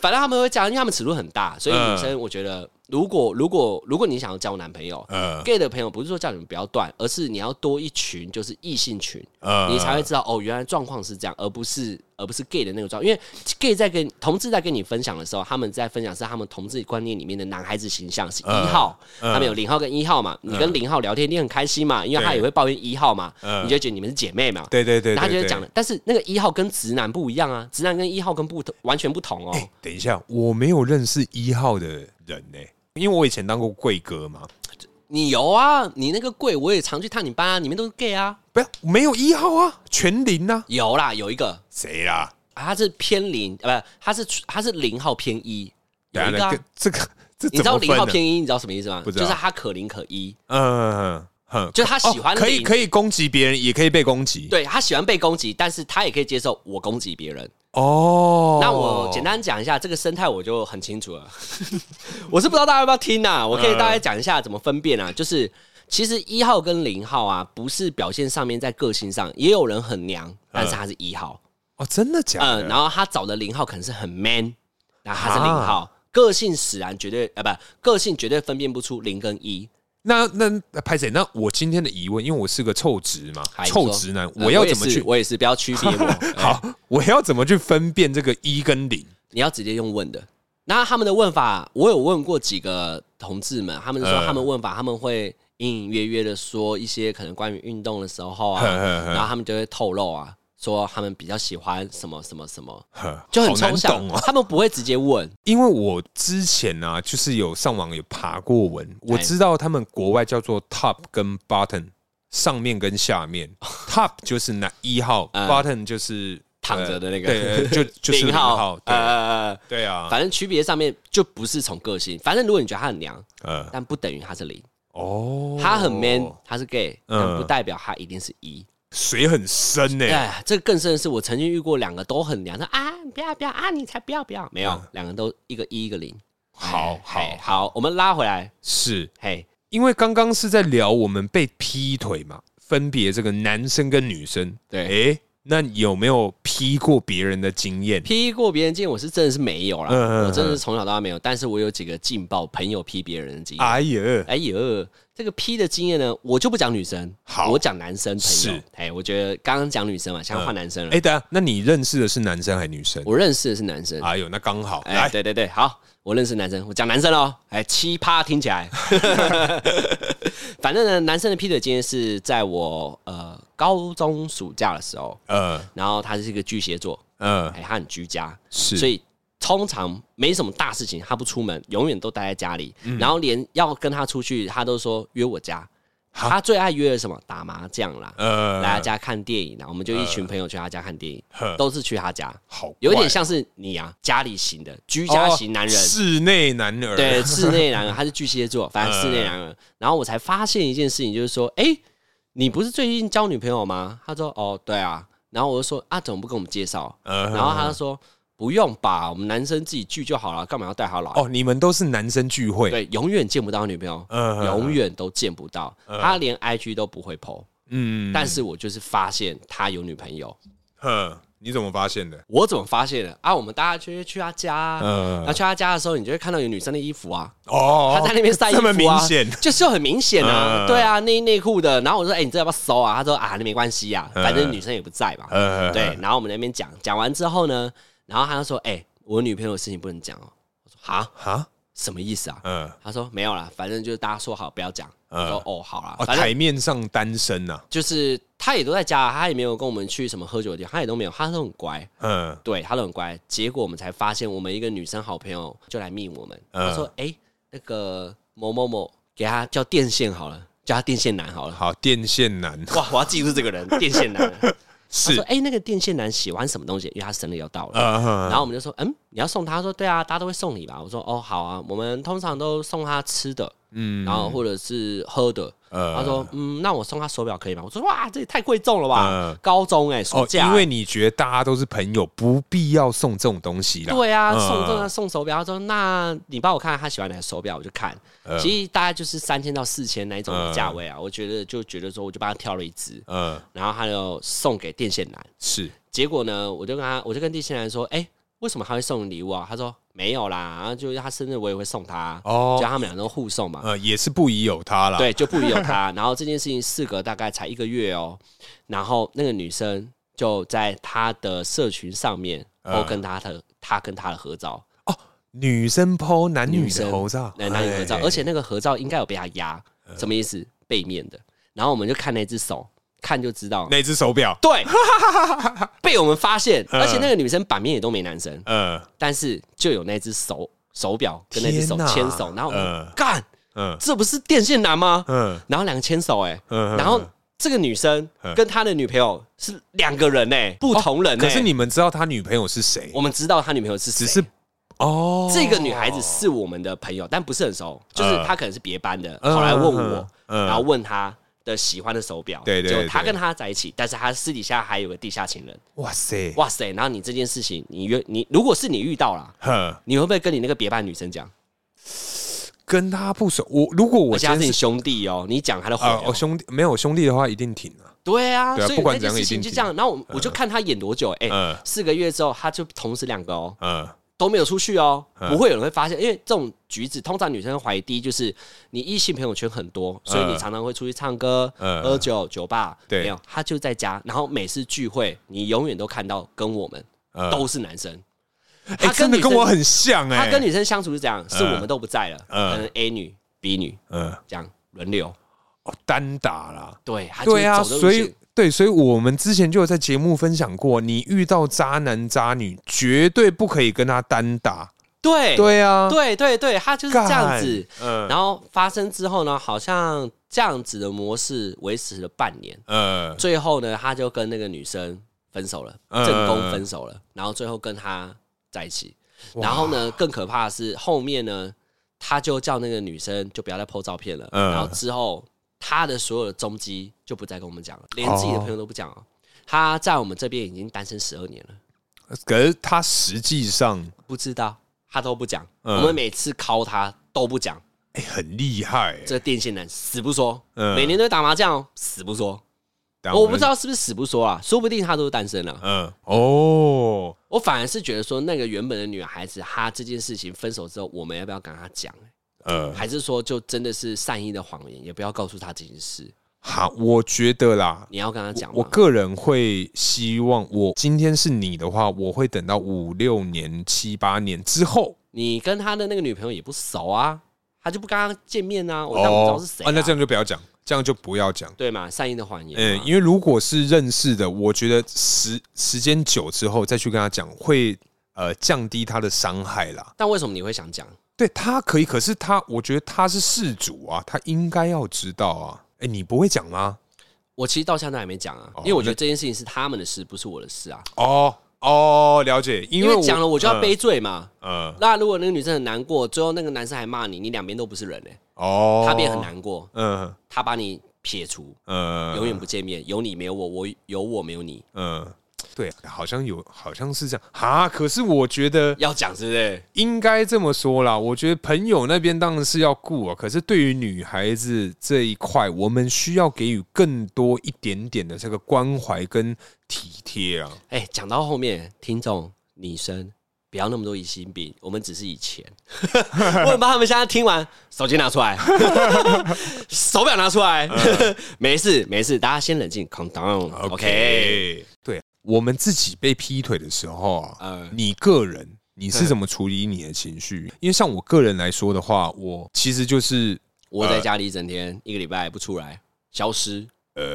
[SPEAKER 2] 反正他们会讲，因为他们尺度很大，所以
[SPEAKER 1] 嗯
[SPEAKER 2] 女生我觉得，如果如果如果你想要交男朋友、
[SPEAKER 1] 呃
[SPEAKER 2] g a y 的朋友，不是说叫你们不要断，而是你要多一群就是异性群，
[SPEAKER 1] 呃
[SPEAKER 2] 你才会知道哦，原来状况是这样，而不是而不是 gay 的那个状况。因为 gay 在跟同志在跟你分享的时候，他们在分享是他们同志观念里面的男孩子形象是一
[SPEAKER 1] 呃
[SPEAKER 2] 号，他们有零号跟一号嘛，你跟零号聊天，你很开心嘛，因为他
[SPEAKER 1] 对
[SPEAKER 2] 也会抱怨一号嘛，
[SPEAKER 1] 嗯
[SPEAKER 2] 你就觉得你们是姐妹嘛。
[SPEAKER 1] 对对对，
[SPEAKER 2] 然后他就
[SPEAKER 1] 对
[SPEAKER 2] 会讲。
[SPEAKER 1] 对
[SPEAKER 2] 了，但是那个一号跟直男不一样啊，直男跟一号跟不同完全不同哦。
[SPEAKER 1] 哎等一下，我没有认识一号的人呢，因为我以前当过贵哥嘛，
[SPEAKER 2] 你有啊？你那个柜我也常去探你班啊，里面都是 gay 啊。
[SPEAKER 1] 不要没有一号啊，全零啊，
[SPEAKER 2] 有啦，有一个
[SPEAKER 1] 谁啦？
[SPEAKER 2] 啊它是偏零，呃，不，它是它是零号偏一，有一
[SPEAKER 1] 等一
[SPEAKER 2] 个
[SPEAKER 1] 下
[SPEAKER 2] 啊、
[SPEAKER 1] 那个这个这
[SPEAKER 2] 你知
[SPEAKER 1] 怎
[SPEAKER 2] 道
[SPEAKER 1] 么
[SPEAKER 2] 零
[SPEAKER 1] 分
[SPEAKER 2] 号
[SPEAKER 1] 呢？
[SPEAKER 2] 偏一，你知道什么意思吗？
[SPEAKER 1] 不知
[SPEAKER 2] 就
[SPEAKER 1] 道
[SPEAKER 2] 是它可零可一，
[SPEAKER 1] 嗯哼，
[SPEAKER 2] 就是他喜欢
[SPEAKER 1] 哦可以
[SPEAKER 2] 零
[SPEAKER 1] 可以攻击别人，也可以被攻击。
[SPEAKER 2] 对他喜欢被攻击，但是他也可以接受我攻击别人。
[SPEAKER 1] 哦，
[SPEAKER 2] 那我简单讲一下这个生态，我就很清楚了。 我是不知道大家要不要听呐、我可以大概讲一下怎么分辨
[SPEAKER 1] 嗯
[SPEAKER 2] 啊，就是。其实一号跟零号啊，不是表现上面在个性上，也有人很
[SPEAKER 1] 嗯
[SPEAKER 2] 娘，但是他是一号，
[SPEAKER 1] 哦，真的假
[SPEAKER 2] 嗯，
[SPEAKER 1] 的？
[SPEAKER 2] 然后他找的零号可能是很 man，然后他是
[SPEAKER 1] 啊
[SPEAKER 2] 零号，个性使然绝对啊，呃不，个性绝对分辨不出零跟一，
[SPEAKER 1] 那那那拍谁？那我今天的疑问，因为我是个臭直嘛
[SPEAKER 2] 还，
[SPEAKER 1] 臭
[SPEAKER 2] 说
[SPEAKER 1] 直男，
[SPEAKER 2] 呃
[SPEAKER 1] 我要怎么
[SPEAKER 2] 也是
[SPEAKER 1] 去？
[SPEAKER 2] 我也是，不要区别 我。哎
[SPEAKER 1] 好，我要怎么去分辨这个一跟零？
[SPEAKER 2] 你要直接用问的。那他们的问法，我有问过几个同志们，他们说
[SPEAKER 1] 嗯
[SPEAKER 2] 他们问法，他们会隐隐约约的说一些可能关于运动的时候啊，
[SPEAKER 1] 呵呵呵
[SPEAKER 2] 然后他们就会透露啊，说他们比较喜欢什么什么什么，
[SPEAKER 1] 呵
[SPEAKER 2] 就很
[SPEAKER 1] 好难
[SPEAKER 2] 抽象
[SPEAKER 1] 懂。哦。
[SPEAKER 2] 他们不会直接问，
[SPEAKER 1] 因为我之前啊，就是有上网有爬过
[SPEAKER 2] 哎
[SPEAKER 1] 文，我知道他们国外叫做 top 跟 bottom，上面跟下面 ，top 就是那一号
[SPEAKER 2] 嗯
[SPEAKER 1] ，bottom 就是
[SPEAKER 2] 躺着的那个
[SPEAKER 1] 呃对， 就就是
[SPEAKER 2] 零
[SPEAKER 1] 零号，对
[SPEAKER 2] 呃，
[SPEAKER 1] 对啊，
[SPEAKER 2] 反正区别上面就不是从个性，反正如果你觉得他很娘，
[SPEAKER 1] 呃，
[SPEAKER 2] 但不等于他是零，
[SPEAKER 1] 哦，
[SPEAKER 2] 他很 man，他是 gay，但
[SPEAKER 1] 嗯
[SPEAKER 2] 不代表他一定是一、
[SPEAKER 1] 水很深欸呢、
[SPEAKER 2] 哎，这个更深的是，我曾经遇过两个都很娘的啊，不要不要啊，你才不要不要，没有，两个都一个一一个零。
[SPEAKER 1] 嗯好
[SPEAKER 2] 哎
[SPEAKER 1] 好
[SPEAKER 2] 哎好，我们拉回来，
[SPEAKER 1] 是
[SPEAKER 2] 嘿，
[SPEAKER 1] 因为刚刚是在聊我们被劈腿嘛，分别这个男生跟女生。
[SPEAKER 2] 对
[SPEAKER 1] 诶，那有没有劈过别人的经验？
[SPEAKER 2] 劈过别人经验，我是真的是没有啦，
[SPEAKER 1] 嗯嗯嗯
[SPEAKER 2] 我真的是从小到大没有，但是我有几个劲爆朋友劈别人的经验。
[SPEAKER 1] 哎呀，
[SPEAKER 2] 哎呦，这个 P 的经验呢，我就不讲女生，
[SPEAKER 1] 好
[SPEAKER 2] 我讲男生朋友
[SPEAKER 1] 是。
[SPEAKER 2] 哎，我觉得刚刚讲女生嘛，现在换男生了。
[SPEAKER 1] 哎，等一下，那你认识的是男生还是女生？
[SPEAKER 2] 我认识的是男生，
[SPEAKER 1] 哎呦，那刚好，
[SPEAKER 2] 哎，
[SPEAKER 1] 来，
[SPEAKER 2] 对对对，好，我认识男生，我讲男生喽，哎，奇葩听起来。 反正呢，男生的劈腿经验是在我呃高中暑假的时候，
[SPEAKER 1] 呃
[SPEAKER 2] 然后他是一个巨蟹座，
[SPEAKER 1] 呃，
[SPEAKER 2] 哎，他很居家，
[SPEAKER 1] 是，
[SPEAKER 2] 所以通常没什么大事情，他不出门，永远都待在家里，
[SPEAKER 1] 嗯
[SPEAKER 2] 然后连要跟他出去，他都说约我家。
[SPEAKER 1] 哈
[SPEAKER 2] 他最爱约的什么？打麻将啦，
[SPEAKER 1] 呃
[SPEAKER 2] 来他家看电影啦，我们就一群朋友去他家看电影，
[SPEAKER 1] 呵
[SPEAKER 2] 都是去他家。
[SPEAKER 1] 好怪，
[SPEAKER 2] 有点像是你啊，家里型的居家型男人，
[SPEAKER 1] 哦室内男儿，
[SPEAKER 2] 对，室内男人，他是巨蟹座，反正室内男人。
[SPEAKER 1] 嗯
[SPEAKER 2] 然后我才发现一件事情，就是说，哎、你不是最近交女朋友吗？他说，哦，对啊。然后我就说，啊，怎么不跟我们介绍？
[SPEAKER 1] 呃，
[SPEAKER 2] 然后他就说，不用吧，我们男生自己聚就好了，干嘛要带他来？
[SPEAKER 1] 哦，你们都是男生聚会，
[SPEAKER 2] 对，永远见不到女朋友，
[SPEAKER 1] 呃
[SPEAKER 2] 永远都见不到，他连 IG 都不会 PO。
[SPEAKER 1] 嗯，
[SPEAKER 2] 但是我就是发现他有女朋友，
[SPEAKER 1] 呵，你怎么发现的？
[SPEAKER 2] 我怎么发现的啊？我们大家去去他家啊，
[SPEAKER 1] 呃
[SPEAKER 2] 然后，去他家的时候，你就会看到有女生的衣服啊，
[SPEAKER 1] 哦，
[SPEAKER 2] 他在那边晒衣服、啊，
[SPEAKER 1] 这么明显，
[SPEAKER 2] 就是很明显啊，
[SPEAKER 1] 嗯
[SPEAKER 2] 对啊，内衣内裤的。然后我说，哎、你这要不要搜啊？他说啊，那没关系啊，
[SPEAKER 1] 嗯
[SPEAKER 2] 反正女生也不在嘛。
[SPEAKER 1] 呃，
[SPEAKER 2] 对，然后我们那边讲，讲完之后呢，然后他就说，哎、我女朋友的事情不能讲哦。我说哈，
[SPEAKER 1] 哈，
[SPEAKER 2] 什么意思啊？
[SPEAKER 1] 嗯，
[SPEAKER 2] 他说没有啦，反正就是大家说好不要讲。我说哦，好啦，
[SPEAKER 1] 哦，
[SPEAKER 2] 反正
[SPEAKER 1] 台面上单身呐，
[SPEAKER 2] 就是他也都在家啊，他也没有跟我们去什么喝酒的地方，他也都没有，他都很乖。
[SPEAKER 1] 嗯，
[SPEAKER 2] 对他都很乖。结果我们才发现，我们一个女生好朋友就来密我们，
[SPEAKER 1] 嗯
[SPEAKER 2] 她说：“哎、那个某某某，给他叫电线好了，叫他电线男好了。
[SPEAKER 1] 好，电线男”
[SPEAKER 2] 哇，我要记住这个人，电线男。他
[SPEAKER 1] 是
[SPEAKER 2] 说：“，哎、那个电线男喜欢什么东西？因为他生日要到了。
[SPEAKER 1] 呃，
[SPEAKER 2] 然后我们就说：“嗯，你要送他？”他说：“对啊，大家都会送你吧？”我说：“哦，好啊，我们通常都送他吃的，
[SPEAKER 1] 嗯，
[SPEAKER 2] 然后或者是喝的。
[SPEAKER 1] 呃
[SPEAKER 2] 他说：“嗯，那我送他手表可以吗？”我说：“哇，这也太贵重了吧！
[SPEAKER 1] 嗯
[SPEAKER 2] 高中哎、暑
[SPEAKER 1] 哦，
[SPEAKER 2] 假、
[SPEAKER 1] 因为你觉得大家都是朋友，不必要送这种东西啦，
[SPEAKER 2] 对啊，
[SPEAKER 1] 嗯
[SPEAKER 2] 送赠他送手表，他说那你帮我看看他喜欢哪个手表，我就看。
[SPEAKER 1] 嗯
[SPEAKER 2] 其实大概就是三千到四千那一种的价位啊，我觉得就觉得说，我就帮他挑了一只，
[SPEAKER 1] 嗯，
[SPEAKER 2] 然后他就送给电线男。
[SPEAKER 1] 是，
[SPEAKER 2] 结果呢，我就跟他，我就跟电线男说，哎、为什么他会送你礼物啊？他说没有啦，然后就是他生日我也会送他，
[SPEAKER 1] 哦
[SPEAKER 2] 就他们两个都互送嘛。
[SPEAKER 1] 呃，也是不宜有他啦，
[SPEAKER 2] 对，就不疑 有他。然后这件事情事隔大概才一个月哦，然后那个女生就在她的社群上面，
[SPEAKER 1] 嗯
[SPEAKER 2] 然后跟她的她跟她的合照，
[SPEAKER 1] 女生剖男女
[SPEAKER 2] 女
[SPEAKER 1] 的
[SPEAKER 2] 生
[SPEAKER 1] 合照，
[SPEAKER 2] 来拿你合照，
[SPEAKER 1] 哎
[SPEAKER 2] 而且那个合照应该有被他压，
[SPEAKER 1] 呃
[SPEAKER 2] 什么意思？背面的。然后我们就看那只手，看就知道，
[SPEAKER 1] 那只手表，
[SPEAKER 2] 对， 被我们发现，
[SPEAKER 1] 嗯
[SPEAKER 2] 而且那个女生版面也都没男生，
[SPEAKER 1] 呃，
[SPEAKER 2] 但是就有那只手手表跟那只手
[SPEAKER 1] 天哪
[SPEAKER 2] 牵手，然后我们
[SPEAKER 1] 嗯
[SPEAKER 2] 干，
[SPEAKER 1] 嗯
[SPEAKER 2] 这不是电线男吗？
[SPEAKER 1] 嗯
[SPEAKER 2] 然后两个牵手，哎，
[SPEAKER 1] 嗯，
[SPEAKER 2] 然后这个女生跟他的女朋友是两个人呢、哎不同人呢、
[SPEAKER 1] 哦可是你们知道他女朋友是谁？
[SPEAKER 2] 我们知道他女朋友是
[SPEAKER 1] 只
[SPEAKER 2] 谁，
[SPEAKER 1] 是哦，
[SPEAKER 2] 这个女孩子是我们的朋友，但不是很熟，就是她可能是别班的，
[SPEAKER 1] 嗯
[SPEAKER 2] 跑来问我，
[SPEAKER 1] 嗯
[SPEAKER 2] 然后问她的喜欢的手表，
[SPEAKER 1] 对对对
[SPEAKER 2] 就她跟她在一起，但是她私底下还有个地下情人，
[SPEAKER 1] 哇塞，
[SPEAKER 2] 哇塞！然后你这件事情，你约你，如果是你遇到了，
[SPEAKER 1] 呵，
[SPEAKER 2] 你会不会跟你那个别班女生讲？
[SPEAKER 1] 跟他不熟。我如果我
[SPEAKER 2] 我家
[SPEAKER 1] 先
[SPEAKER 2] 是你
[SPEAKER 1] 是
[SPEAKER 2] 兄弟哦，你讲他的
[SPEAKER 1] 啊
[SPEAKER 2] 话，，
[SPEAKER 1] 我兄弟没有兄弟的话，一定挺啊。
[SPEAKER 2] 对啊，
[SPEAKER 1] 对啊
[SPEAKER 2] 所以
[SPEAKER 1] 不管
[SPEAKER 2] 这件
[SPEAKER 1] 怎样
[SPEAKER 2] 事情
[SPEAKER 1] 一定
[SPEAKER 2] 就
[SPEAKER 1] 提
[SPEAKER 2] 这样。然后我我就看他演多久，哎，
[SPEAKER 1] 嗯
[SPEAKER 2] 四个月之后他就同时两个哦，
[SPEAKER 1] 嗯，
[SPEAKER 2] 都没有出去哦，
[SPEAKER 1] 嗯
[SPEAKER 2] 不会有人会发现，因为这种举止，通常女生怀疑，第一就是你异性朋友圈很多，所以你常常会出去唱歌、
[SPEAKER 1] 嗯
[SPEAKER 2] 喝酒、酒吧，
[SPEAKER 1] 对
[SPEAKER 2] 没有，她就在家，然后每次聚会，你永远都看到跟我们
[SPEAKER 1] 嗯
[SPEAKER 2] 都是男生，
[SPEAKER 1] 哎，
[SPEAKER 2] 他
[SPEAKER 1] 真
[SPEAKER 2] 跟
[SPEAKER 1] 的
[SPEAKER 2] 女生
[SPEAKER 1] 跟我很像哎。
[SPEAKER 2] 她跟女生相处是这样，是我们都不在了，
[SPEAKER 1] 嗯
[SPEAKER 2] 可能 A 女、B 女
[SPEAKER 1] 嗯，
[SPEAKER 2] 这样轮流，
[SPEAKER 1] 哦单打啦。
[SPEAKER 2] 对，她就是
[SPEAKER 1] 对啊，
[SPEAKER 2] 走这路
[SPEAKER 1] 所以
[SPEAKER 2] 线
[SPEAKER 1] 对，所以我们之前就有在节目分享过，你遇到渣男渣女，绝对不可以跟他单打。
[SPEAKER 2] 对
[SPEAKER 1] 对啊，
[SPEAKER 2] 哎对对对，她就是这样子。
[SPEAKER 1] 干。嗯
[SPEAKER 2] 然后发生之后呢，好像这样子的模式维持了半年。
[SPEAKER 1] 呃，
[SPEAKER 2] 最后呢，他就跟那个女生分手了，
[SPEAKER 1] 嗯
[SPEAKER 2] 正宫分手了，然后最后跟他在一起。然后呢，更可怕的是后面呢，他就叫那个女生就不要再 po 照片了。
[SPEAKER 1] 嗯
[SPEAKER 2] 然后之后他的所有的踪迹就不再跟我们讲了，连自己的
[SPEAKER 1] 哦
[SPEAKER 2] 朋友都不讲了。他在我们这边已经单身十二年了，
[SPEAKER 1] 可是他实际上
[SPEAKER 2] 不知道他都不讲。
[SPEAKER 1] 嗯
[SPEAKER 2] 我们每次 call 他都不讲，
[SPEAKER 1] 哎很厉害欸。
[SPEAKER 2] 这个电线男死不说，
[SPEAKER 1] 嗯
[SPEAKER 2] 每年都打麻将哦死不说。
[SPEAKER 1] 但
[SPEAKER 2] 我不
[SPEAKER 1] 们
[SPEAKER 2] 知，道是不是死不说啊，说不定他都是单身了、
[SPEAKER 1] 嗯，哦，
[SPEAKER 2] 我反而是觉得说，那个原本的女孩子，她这件事情分手之后，我们要不要跟她讲？
[SPEAKER 1] 呃，
[SPEAKER 2] 还是说，就真的是善意的谎言，也不要告诉她这件事？
[SPEAKER 1] 好，我觉得啦，
[SPEAKER 2] 你要跟她讲吗？
[SPEAKER 1] 我个人会希望，我今天是你的话，我会等到五六年、七八年之后。
[SPEAKER 2] 你跟她的那个女朋友也不熟啊，她就不跟她见面啊，我当然不知道是谁、啊
[SPEAKER 1] 哦啊那这样就不要讲，这样就不要讲。
[SPEAKER 2] 对嘛？善意的谎言
[SPEAKER 1] 嗯
[SPEAKER 2] 嘛，，
[SPEAKER 1] 因为如果是认识的，我觉得时时间久之后再去跟他讲，会呃降低他的伤害啦。
[SPEAKER 2] 但为什么你会想讲？
[SPEAKER 1] 对他可以，可是他，我觉得他是事主啊，他应该要知道啊。哎、你不会讲吗？
[SPEAKER 2] 我其实到现在还没讲啊，因为我觉得这件事情是他们的事，不是我的事啊。
[SPEAKER 1] 哦哦，了解，因
[SPEAKER 2] 因
[SPEAKER 1] 为
[SPEAKER 2] 为讲了我就要背罪嘛。
[SPEAKER 1] 呃，嗯
[SPEAKER 2] 那如果那个女生很难过，最后那个男生还骂你，你两边都不是人呢、欸
[SPEAKER 1] 哦，
[SPEAKER 2] 他变很，难过，
[SPEAKER 1] 嗯
[SPEAKER 2] 他把你撇除，
[SPEAKER 1] 嗯，
[SPEAKER 2] 永远不见面，有你没有我，我有我没有你，
[SPEAKER 1] 嗯，对，好像有，好像是这样哈。可是我觉得
[SPEAKER 2] 要讲是不是？
[SPEAKER 1] 应该这么说啦，我觉得朋友那边当然是要顾啊，可是对于女孩子这一块，我们需要给予更多一点点的这个关怀跟体贴啊。
[SPEAKER 2] 哎、讲到后面，听众女生不要那么多疑心病，我们只是以 前，我很怕他们现在听完手机拿出 来，手表拿出来， 没事没事，大家先冷静，calm down，OK，
[SPEAKER 1] 对我们自己被劈腿的时候啊，
[SPEAKER 2] 嗯
[SPEAKER 1] 你个人你是怎么处理你的情绪？因为像我个人来说的话，我其实就是
[SPEAKER 2] 窝在家里一整天，一个礼拜不出来，消失，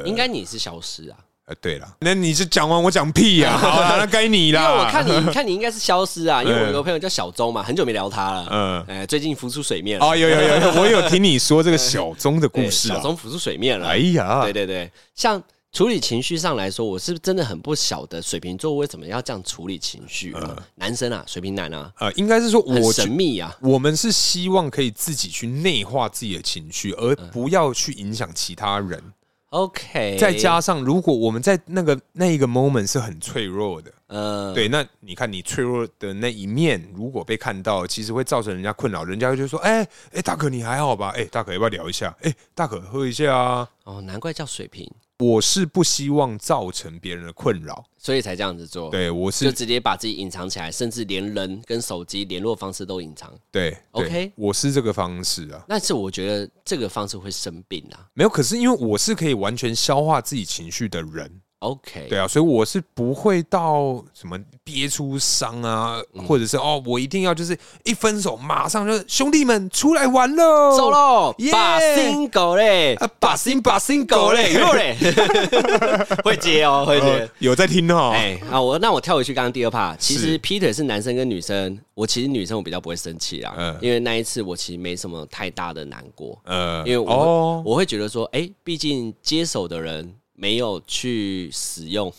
[SPEAKER 2] 应该你是消失啊。
[SPEAKER 1] 呃，对了，那你是讲完我讲屁 呀、好啦，那该你
[SPEAKER 2] 因
[SPEAKER 1] 啦。
[SPEAKER 2] 为我看你，看你应该是消失 啊，因为我有
[SPEAKER 1] 嗯
[SPEAKER 2] 个朋友叫小周嘛，很久没聊他了，
[SPEAKER 1] 嗯
[SPEAKER 2] 嗯，哎，最近浮出水面了，
[SPEAKER 1] 哦，有有有有，我有听你说 这个小钟的故
[SPEAKER 2] 对
[SPEAKER 1] 事
[SPEAKER 2] 小
[SPEAKER 1] 啊。
[SPEAKER 2] 钟浮出水面了。
[SPEAKER 1] 哎呀，
[SPEAKER 2] 对对对，像处理情绪上来说，我是真的很不晓得水瓶座为什么要这样处理情绪啊？男生啊，水瓶男啊，
[SPEAKER 1] 呃，应该是说
[SPEAKER 2] 很
[SPEAKER 1] 嗯我觉
[SPEAKER 2] 神秘啊。
[SPEAKER 1] 我们是希望可以自己去内化自己的情绪，而
[SPEAKER 2] 嗯
[SPEAKER 1] 不要去影响其他人。
[SPEAKER 2] OK，
[SPEAKER 1] 再加上，如果我们在那个那一个 moment 是很脆弱的，
[SPEAKER 2] 呃，
[SPEAKER 1] 对，那你看你脆弱的那一面，如果被看到，其实会造成人家困扰，人家就说：“哎、哎、大可你还好吧？哎、大可要不要聊一下？哎、大可喝一下啊。”
[SPEAKER 2] 哦，难怪叫水瓶，
[SPEAKER 1] 我是不希望造成别人的困扰，
[SPEAKER 2] 所以才这样子做。，
[SPEAKER 1] 对我
[SPEAKER 2] 哦就是直接把自己隐藏起来，甚至连人跟手机联络方式都隐藏。
[SPEAKER 1] 对对
[SPEAKER 2] OK
[SPEAKER 1] 我是这个方式啊，
[SPEAKER 2] 但是我觉得这个方式会生病啊。
[SPEAKER 1] 没有，可是因为我是可以完全消化自己情绪的人，
[SPEAKER 2] OK，
[SPEAKER 1] 对啊，所以我是不会到什么憋出伤啊，
[SPEAKER 2] 嗯
[SPEAKER 1] 或者是哦，我一定要就是一分手马上就兄弟们出来玩喽，
[SPEAKER 2] 走喽，把
[SPEAKER 1] 哦耶
[SPEAKER 2] 心狗嘞，
[SPEAKER 1] 啊，把心把心
[SPEAKER 2] 狗
[SPEAKER 1] 狗嘞，
[SPEAKER 2] 嘞，肉嘞， 会接哦，会接
[SPEAKER 1] 呃。有在听哦，
[SPEAKER 2] 哎、啊，我那我跳回去刚刚第二趴，其实
[SPEAKER 1] 是
[SPEAKER 2] 劈腿是男生跟女生，我其实女生我比较不会生气啦，
[SPEAKER 1] 嗯
[SPEAKER 2] 因为那一次我其实没什么太大的难过，
[SPEAKER 1] 呃，
[SPEAKER 2] 因为我、
[SPEAKER 1] 哦，
[SPEAKER 2] 我会觉得说，哎、毕竟接手的人没有去使 用，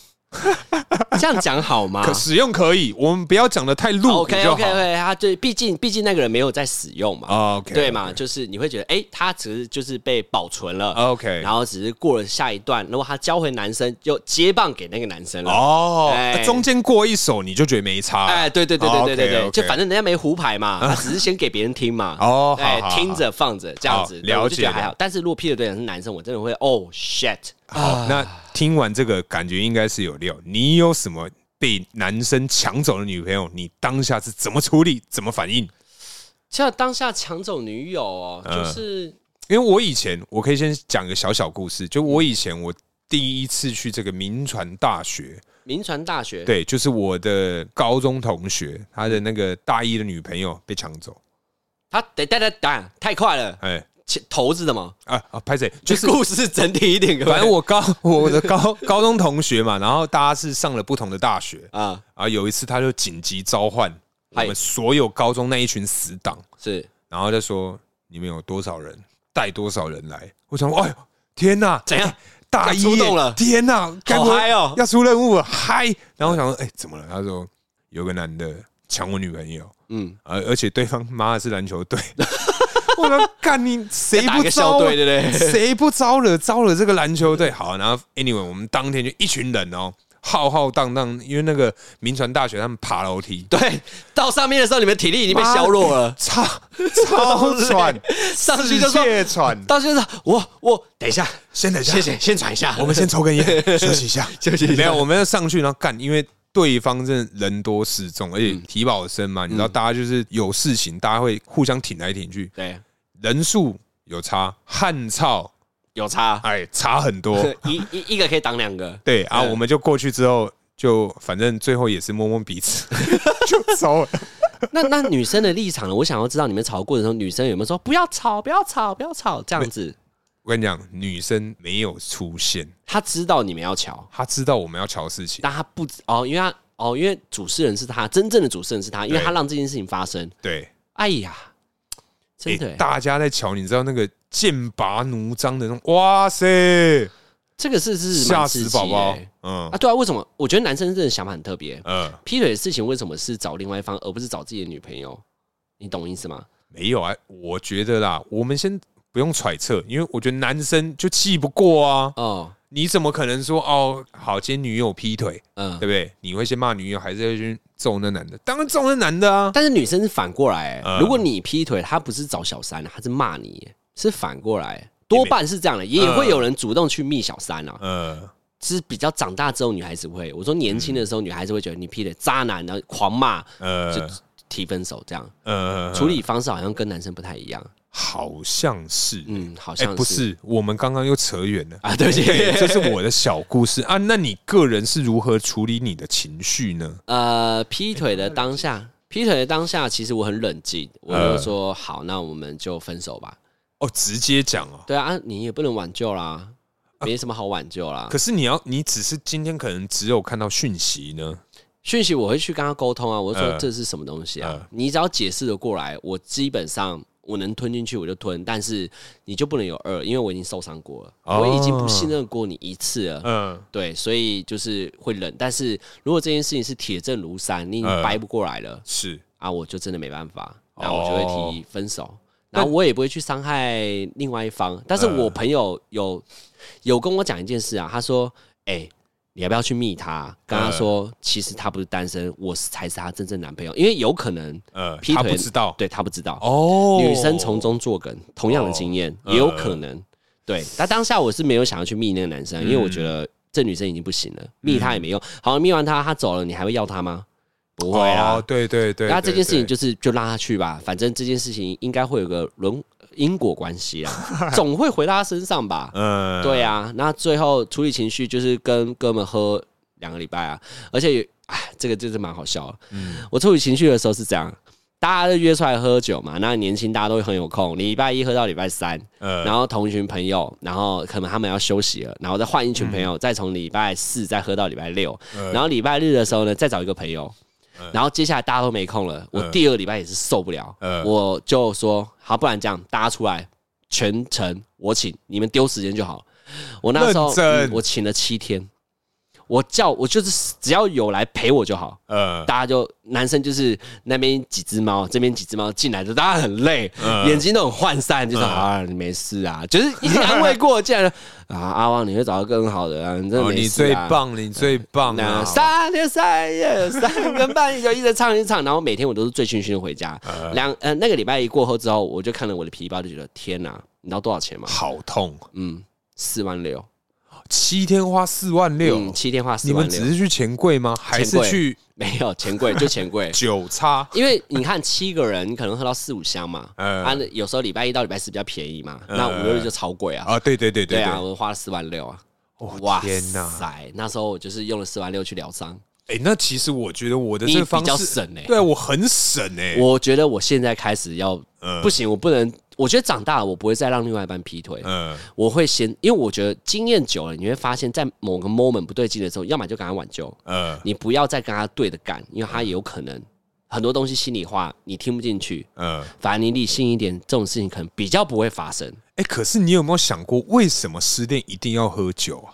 [SPEAKER 2] 这样讲好吗？
[SPEAKER 1] 可使用可以，我们不要讲的太露骨
[SPEAKER 2] 啊 OK
[SPEAKER 1] 就
[SPEAKER 2] OK
[SPEAKER 1] 好
[SPEAKER 2] OK，他对，毕竟毕竟那个人没有在使用嘛，
[SPEAKER 1] 啊，OK，哦
[SPEAKER 2] 对嘛，就是你会觉得，哎、他只是就是被保存了。
[SPEAKER 1] ？OK，
[SPEAKER 2] 然后只是过了下一段，如果他交回男生，就接棒给那个男生了。
[SPEAKER 1] 哦，
[SPEAKER 2] 哎
[SPEAKER 1] 啊中间过一手你就觉得没差，
[SPEAKER 2] 哎，对对对
[SPEAKER 1] 哦
[SPEAKER 2] 对对对对，
[SPEAKER 1] OK，OK
[SPEAKER 2] 就反正人家没胡牌 嘛，他只是先给别人听嘛。
[SPEAKER 1] 哦好
[SPEAKER 2] 哎
[SPEAKER 1] 好好
[SPEAKER 2] 听着放着这样子，
[SPEAKER 1] 好
[SPEAKER 2] 对
[SPEAKER 1] 了
[SPEAKER 2] 我就
[SPEAKER 1] 解
[SPEAKER 2] 觉得还好
[SPEAKER 1] 了。
[SPEAKER 2] 但是如果劈腿对象是男生，我真的会哦 shit，
[SPEAKER 1] 好，那听完这个感觉应该是有料。你有什么被男生抢走的女朋友？你当下是怎么处理？怎么反应？
[SPEAKER 2] 像当下抢走女友哦，
[SPEAKER 1] 嗯
[SPEAKER 2] 就是
[SPEAKER 1] 因为我以前，我可以先讲个小小故事。就我以前，我第一次去这个民传大学，
[SPEAKER 2] 民传大学，
[SPEAKER 1] 对，就是我的高中同学，他的那个大一的女朋友被抢走。
[SPEAKER 2] 他得等等等，太快了，
[SPEAKER 1] 哎
[SPEAKER 2] 前头是什么？
[SPEAKER 1] 啊啊，拍谁？
[SPEAKER 2] 就
[SPEAKER 1] 就是是
[SPEAKER 2] 故事整体一点，各位
[SPEAKER 1] 反正我高 我的高高中同学嘛，然后大家是上了不同的大学
[SPEAKER 2] 啊
[SPEAKER 1] 啊。有一次，他就紧急召唤我
[SPEAKER 2] 嗨
[SPEAKER 1] 们所有高中那一群死党。
[SPEAKER 2] 是
[SPEAKER 1] 然后就说你们有多少人，带多少人来。我想说，哎呦，天哪，哎
[SPEAKER 2] 怎样？
[SPEAKER 1] 大一
[SPEAKER 2] 要出
[SPEAKER 1] 耶
[SPEAKER 2] 动了
[SPEAKER 1] 天哪，该不会
[SPEAKER 2] 嗨哦
[SPEAKER 1] 要出任务了，嗨！然后我想说，哎，怎么了？他说有个男的抢我女朋友，
[SPEAKER 2] 嗯，
[SPEAKER 1] 而而且对方妈的是篮球队。 我说干你谁
[SPEAKER 2] 打一
[SPEAKER 1] 不
[SPEAKER 2] 个
[SPEAKER 1] 招
[SPEAKER 2] 校
[SPEAKER 1] 啊
[SPEAKER 2] 队，对不对？
[SPEAKER 1] 谁不招惹招惹这个篮球队？好，啊然后 anyway，我们当天就一群人哦，浩浩荡荡，因为那个民传大学他们爬楼 梯，
[SPEAKER 2] 对，到上面的时候，你们体力已经被削弱了。
[SPEAKER 1] 超 超喘，
[SPEAKER 2] 上去就说
[SPEAKER 1] 世界 喘。
[SPEAKER 2] 到现在，我我等一下，
[SPEAKER 1] 先等一下，
[SPEAKER 2] 谢谢，先喘一下，
[SPEAKER 1] 我们先抽根 烟，休息一下，
[SPEAKER 2] 休息一下
[SPEAKER 1] 没有，我们要上去然后干，因为。对方真的人多势众，而且
[SPEAKER 2] 嗯
[SPEAKER 1] 体保生嘛，你知道，大家就是有事情，大家会互相挺来挺去，
[SPEAKER 2] 对
[SPEAKER 1] 人数有差，汉操
[SPEAKER 2] 有差。
[SPEAKER 1] 哎差很 多，
[SPEAKER 2] 一一一个可以挡两个，
[SPEAKER 1] 对啊，
[SPEAKER 2] 嗯
[SPEAKER 1] 我们就过去之后，就反正最后也是摸摸彼 此就走了。
[SPEAKER 2] 那那女生的立场呢？我想要知道你们吵过程中，女生有没有说不要吵、不要吵、不要吵这样子？
[SPEAKER 1] 我跟你讲，女生没有出现，
[SPEAKER 2] 她知道你们要吵，
[SPEAKER 1] 她知道我们要瞧事情，
[SPEAKER 2] 但她不知哦，因为她哦，因为主持人是她，真正的主持人是她，因为
[SPEAKER 1] 对
[SPEAKER 2] 她让这件事情发生。
[SPEAKER 1] 对，
[SPEAKER 2] 哎呀，真的
[SPEAKER 1] 哎
[SPEAKER 2] 欸、
[SPEAKER 1] 大家在瞧，你知道那个剑拔弩张的那种，哇塞，
[SPEAKER 2] 这个是是
[SPEAKER 1] 吓
[SPEAKER 2] 蛮刺
[SPEAKER 1] 死
[SPEAKER 2] 激
[SPEAKER 1] 宝宝
[SPEAKER 2] 欸，
[SPEAKER 1] 嗯
[SPEAKER 2] 啊！对啊，为什么？我觉得男生真的想法很特别。
[SPEAKER 1] 呃，
[SPEAKER 2] 劈腿的事情为什么是找另外一方，而不是找自己的女朋友？你懂意思吗？
[SPEAKER 1] 没有啊，我觉得啦，我们先不用揣测，因为我觉得男生就气不过啊，
[SPEAKER 2] 哦，
[SPEAKER 1] 你怎么可能说哦，好，今天女友劈腿，
[SPEAKER 2] 嗯
[SPEAKER 1] 对不，对？你会先骂女友，还是会去揍那男的？当然揍那男的啊，
[SPEAKER 2] 但是女生是反过来、欸
[SPEAKER 1] 嗯
[SPEAKER 2] 如果你劈腿，她不是找小三、啊，她是骂你、欸是反过来、多半是这样的，也
[SPEAKER 1] 嗯
[SPEAKER 2] 会有人主动去密小三啊。
[SPEAKER 1] 呃，
[SPEAKER 2] 是比较长大之后，女孩子会，我说年轻的时候，女孩子会觉得你劈腿渣男，然后狂骂，
[SPEAKER 1] 呃
[SPEAKER 2] 就提分手这样。
[SPEAKER 1] 呃，
[SPEAKER 2] 处理方式好像跟男生不太一样，
[SPEAKER 1] 好像是，
[SPEAKER 2] 嗯，好
[SPEAKER 1] 哎、
[SPEAKER 2] 像
[SPEAKER 1] 不是，我们刚刚又扯远了。
[SPEAKER 2] 啊，对不
[SPEAKER 1] 对，这
[SPEAKER 2] 起，
[SPEAKER 1] 是我的小故事啊。那你个人是如何处理你的情绪呢？
[SPEAKER 2] 呃，劈腿的当下，劈腿的当下，其实我很冷静，我就
[SPEAKER 1] 嗯
[SPEAKER 2] 说好，那我们就分手吧。
[SPEAKER 1] 哦，直接讲哦。
[SPEAKER 2] 对啊，你也不能挽救
[SPEAKER 1] 啊
[SPEAKER 2] 啦，没什么好挽救啦。
[SPEAKER 1] 可是你要，你只是今天可能只有看到讯息呢。
[SPEAKER 2] 讯息我会去跟他沟通啊，我就说
[SPEAKER 1] 嗯
[SPEAKER 2] 这是什么东西啊
[SPEAKER 1] 嗯？
[SPEAKER 2] 你只要解释的过来，我基本上我能吞进去我就吞，但是你就不能有二，因为我已经受伤过了，
[SPEAKER 1] 哦
[SPEAKER 2] 我已经不信任过你一次了。
[SPEAKER 1] 嗯，
[SPEAKER 2] 对，所以就是会冷，但是如果这件事情是铁证如山，你已经
[SPEAKER 1] 嗯
[SPEAKER 2] 掰不过来了
[SPEAKER 1] 是
[SPEAKER 2] 啊，我就真的没办法，
[SPEAKER 1] 哦
[SPEAKER 2] 那我就会提分手，然后我也不会去伤害另外一方。但是我
[SPEAKER 1] 嗯
[SPEAKER 2] 朋友有有跟我讲一件事啊，他说：“哎、你要不要去密他？
[SPEAKER 1] 嗯
[SPEAKER 2] 跟他说，其实他不是单身，我是才是他真正男朋友，因为有可能
[SPEAKER 1] 呃，
[SPEAKER 2] 劈
[SPEAKER 1] 他
[SPEAKER 2] 腿
[SPEAKER 1] 不知道
[SPEAKER 2] 对他不知道，
[SPEAKER 1] 哦。
[SPEAKER 2] 女生从中作梗，同样的经验、
[SPEAKER 1] 哦
[SPEAKER 2] 也有可能。对，但当下我是没有想要去密那个男生，因为我觉得这女生已经不行了，密她也
[SPEAKER 1] 嗯
[SPEAKER 2] 没用。好，密完她，她走了，你还会要她吗？不会啊。
[SPEAKER 1] 哦，对对对。
[SPEAKER 2] 那这件事情
[SPEAKER 1] 对
[SPEAKER 2] 就是就让她去吧，反正这件事情应该会有个轮因果 关系啊，总会回到他身上吧。
[SPEAKER 1] 嗯，
[SPEAKER 2] 对啊，那最后处理情绪就是跟哥们喝两个礼拜啊，而且哎，这个就是蛮好笑的。
[SPEAKER 1] 嗯
[SPEAKER 2] 我处理情绪的时候是这样，大家都约出来喝酒嘛，那年轻大家都会很有空，礼拜一喝到礼拜三，
[SPEAKER 1] 呃，
[SPEAKER 2] 然后同一群朋友，然后可能他们要休息了，然后再换一群朋友，再从礼拜四再喝到礼拜六，
[SPEAKER 1] 嗯
[SPEAKER 2] 然后礼拜日的时候呢，再找一个朋友，然后接下来大家都没空了，我第二个礼拜也是受不了，
[SPEAKER 1] 嗯
[SPEAKER 2] 我就说好，不然这样，大家出来全程我请，你们丢时间就好。我那时候
[SPEAKER 1] 认、真
[SPEAKER 2] 嗯我请了七天，我叫我就是只要有来陪我就好，
[SPEAKER 1] 呃，
[SPEAKER 2] 大家就男生就是那边几只猫，这边几只猫进来的，大家很累，
[SPEAKER 1] 嗯
[SPEAKER 2] 眼睛都很涣散，就说、啊，你没事啊，就是已经安慰过，竟然啊，阿旺你会找到更好的啊，你真的
[SPEAKER 1] 哦，
[SPEAKER 2] 没
[SPEAKER 1] 你
[SPEAKER 2] 事、啊
[SPEAKER 1] 最棒，你最棒
[SPEAKER 2] 那
[SPEAKER 1] 啊！
[SPEAKER 2] 三天三夜，三更半夜就一直唱一直唱，然后每天我都是醉醺醺地回家。
[SPEAKER 1] 嗯
[SPEAKER 2] 两呃那个礼拜一过后之后，我就看了我的皮包，就觉得天哪，你知道多少钱吗？
[SPEAKER 1] 好痛，
[SPEAKER 2] 嗯，四万六，
[SPEAKER 1] 七天花四万
[SPEAKER 2] 嗯，
[SPEAKER 1] 六，
[SPEAKER 2] 七天花四
[SPEAKER 1] 哎你
[SPEAKER 2] 万
[SPEAKER 1] 们
[SPEAKER 2] 六
[SPEAKER 1] 只，是去钱柜吗？还是
[SPEAKER 2] 钱柜
[SPEAKER 1] 去，
[SPEAKER 2] 没有钱柜就钱柜
[SPEAKER 1] 酒叉？
[SPEAKER 2] 因为你看七个人，你可能喝到四五箱嘛，
[SPEAKER 1] 嗯
[SPEAKER 2] 啊，有时候礼拜一到礼拜四比较便宜嘛，那
[SPEAKER 1] 嗯
[SPEAKER 2] 五六日就超贵啊，
[SPEAKER 1] 啊，对对对
[SPEAKER 2] 对
[SPEAKER 1] 对
[SPEAKER 2] 啊，
[SPEAKER 1] 对，
[SPEAKER 2] 我花了四万六啊，
[SPEAKER 1] 哦天哪！
[SPEAKER 2] 塞，那时候我就是用了四万六去疗伤，
[SPEAKER 1] 哎、那其实我觉得我的
[SPEAKER 2] 你
[SPEAKER 1] 这个方
[SPEAKER 2] 比较
[SPEAKER 1] 式
[SPEAKER 2] 省欸
[SPEAKER 1] 对啊我很省哎、
[SPEAKER 2] 我觉得我现在开始要
[SPEAKER 1] 嗯
[SPEAKER 2] 不行，我不能，我觉得长大了我不会再让另外一半劈腿，
[SPEAKER 1] 嗯
[SPEAKER 2] 我会先，因为我觉得经验久了，你会发现在某个 moment 不对劲的时候，要么就跟他挽救，
[SPEAKER 1] 嗯
[SPEAKER 2] 你不要再跟他对着干，因为他有可能很多东西心里话你听不进去，
[SPEAKER 1] 嗯，哎、
[SPEAKER 2] 反而你理性一点，这种事情可能比较不会发生。
[SPEAKER 1] 哎可是你有没有想过，为什么失恋一定要喝酒啊？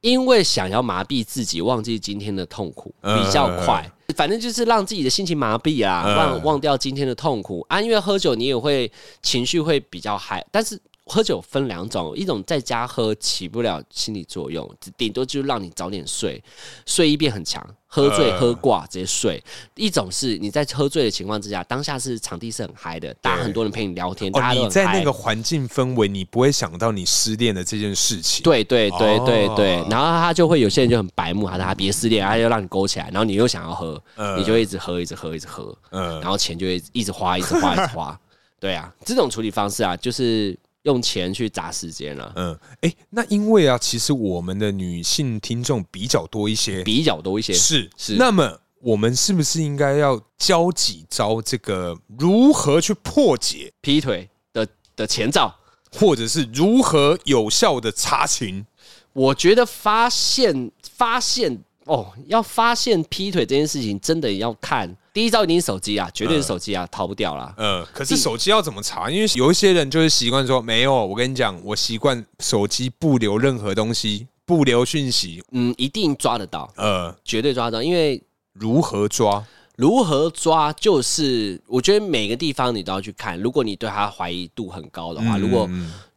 [SPEAKER 2] 因为想要麻痹自己，忘记今天的痛苦
[SPEAKER 1] 嗯
[SPEAKER 2] 比较快。反正就是让自己的心情麻痹啊，
[SPEAKER 1] 嗯
[SPEAKER 2] 忘忘掉今天的痛苦啊。因为喝酒你也会情绪会比较嗨，但是喝酒分两种，一种在家喝起不了心理作用，只顶多就是让你早点睡，睡意变很强，喝醉
[SPEAKER 1] 嗯
[SPEAKER 2] 喝挂直接睡；一种是你在喝醉的情况之下，当下是场地是很嗨的，大家很多人陪你聊天，
[SPEAKER 1] 哦，
[SPEAKER 2] 大家都
[SPEAKER 1] 你
[SPEAKER 2] 很
[SPEAKER 1] 在
[SPEAKER 2] 嗨。
[SPEAKER 1] 那个环境氛围，你不会想到你失恋的这件事情。，
[SPEAKER 2] 对对对对对，
[SPEAKER 1] 哦
[SPEAKER 2] 然后他就会有些人就很白目，他说他别失恋，他就让你勾起来，然后你又想要喝，
[SPEAKER 1] 嗯
[SPEAKER 2] 你就一直喝，一直喝，一直喝，
[SPEAKER 1] 嗯
[SPEAKER 2] 然后钱就会一直花，一直花，一直 花。对啊，这种处理方式啊，就是用钱去砸时间了、
[SPEAKER 1] 嗯，哎、那因为啊，其实我们的女性听众比较多一些，
[SPEAKER 2] 比较多一些。
[SPEAKER 1] 是
[SPEAKER 2] 是
[SPEAKER 1] 那么我们是不是应该要教几招这个如何去破解，
[SPEAKER 2] 劈腿的的前兆，
[SPEAKER 1] 或者是如何有效的查情？
[SPEAKER 2] 我觉得发现发现哦，要发现劈腿这件事情，真的要看第一招一定是手机啊，绝
[SPEAKER 1] 嗯
[SPEAKER 2] 对是手机啊，逃不掉啦。
[SPEAKER 1] 呃，可是手机要怎么查？因为有一些人就是习惯说没有，我跟你讲，我习惯手机不留任何东西，不留讯息。
[SPEAKER 2] 嗯，一定抓得到，
[SPEAKER 1] 呃，
[SPEAKER 2] 绝对抓得到，因为
[SPEAKER 1] 如何抓？
[SPEAKER 2] 如何抓，就是我觉得每个地方你都要去看。如果你对他怀疑度很高的话，
[SPEAKER 1] 嗯
[SPEAKER 2] 如果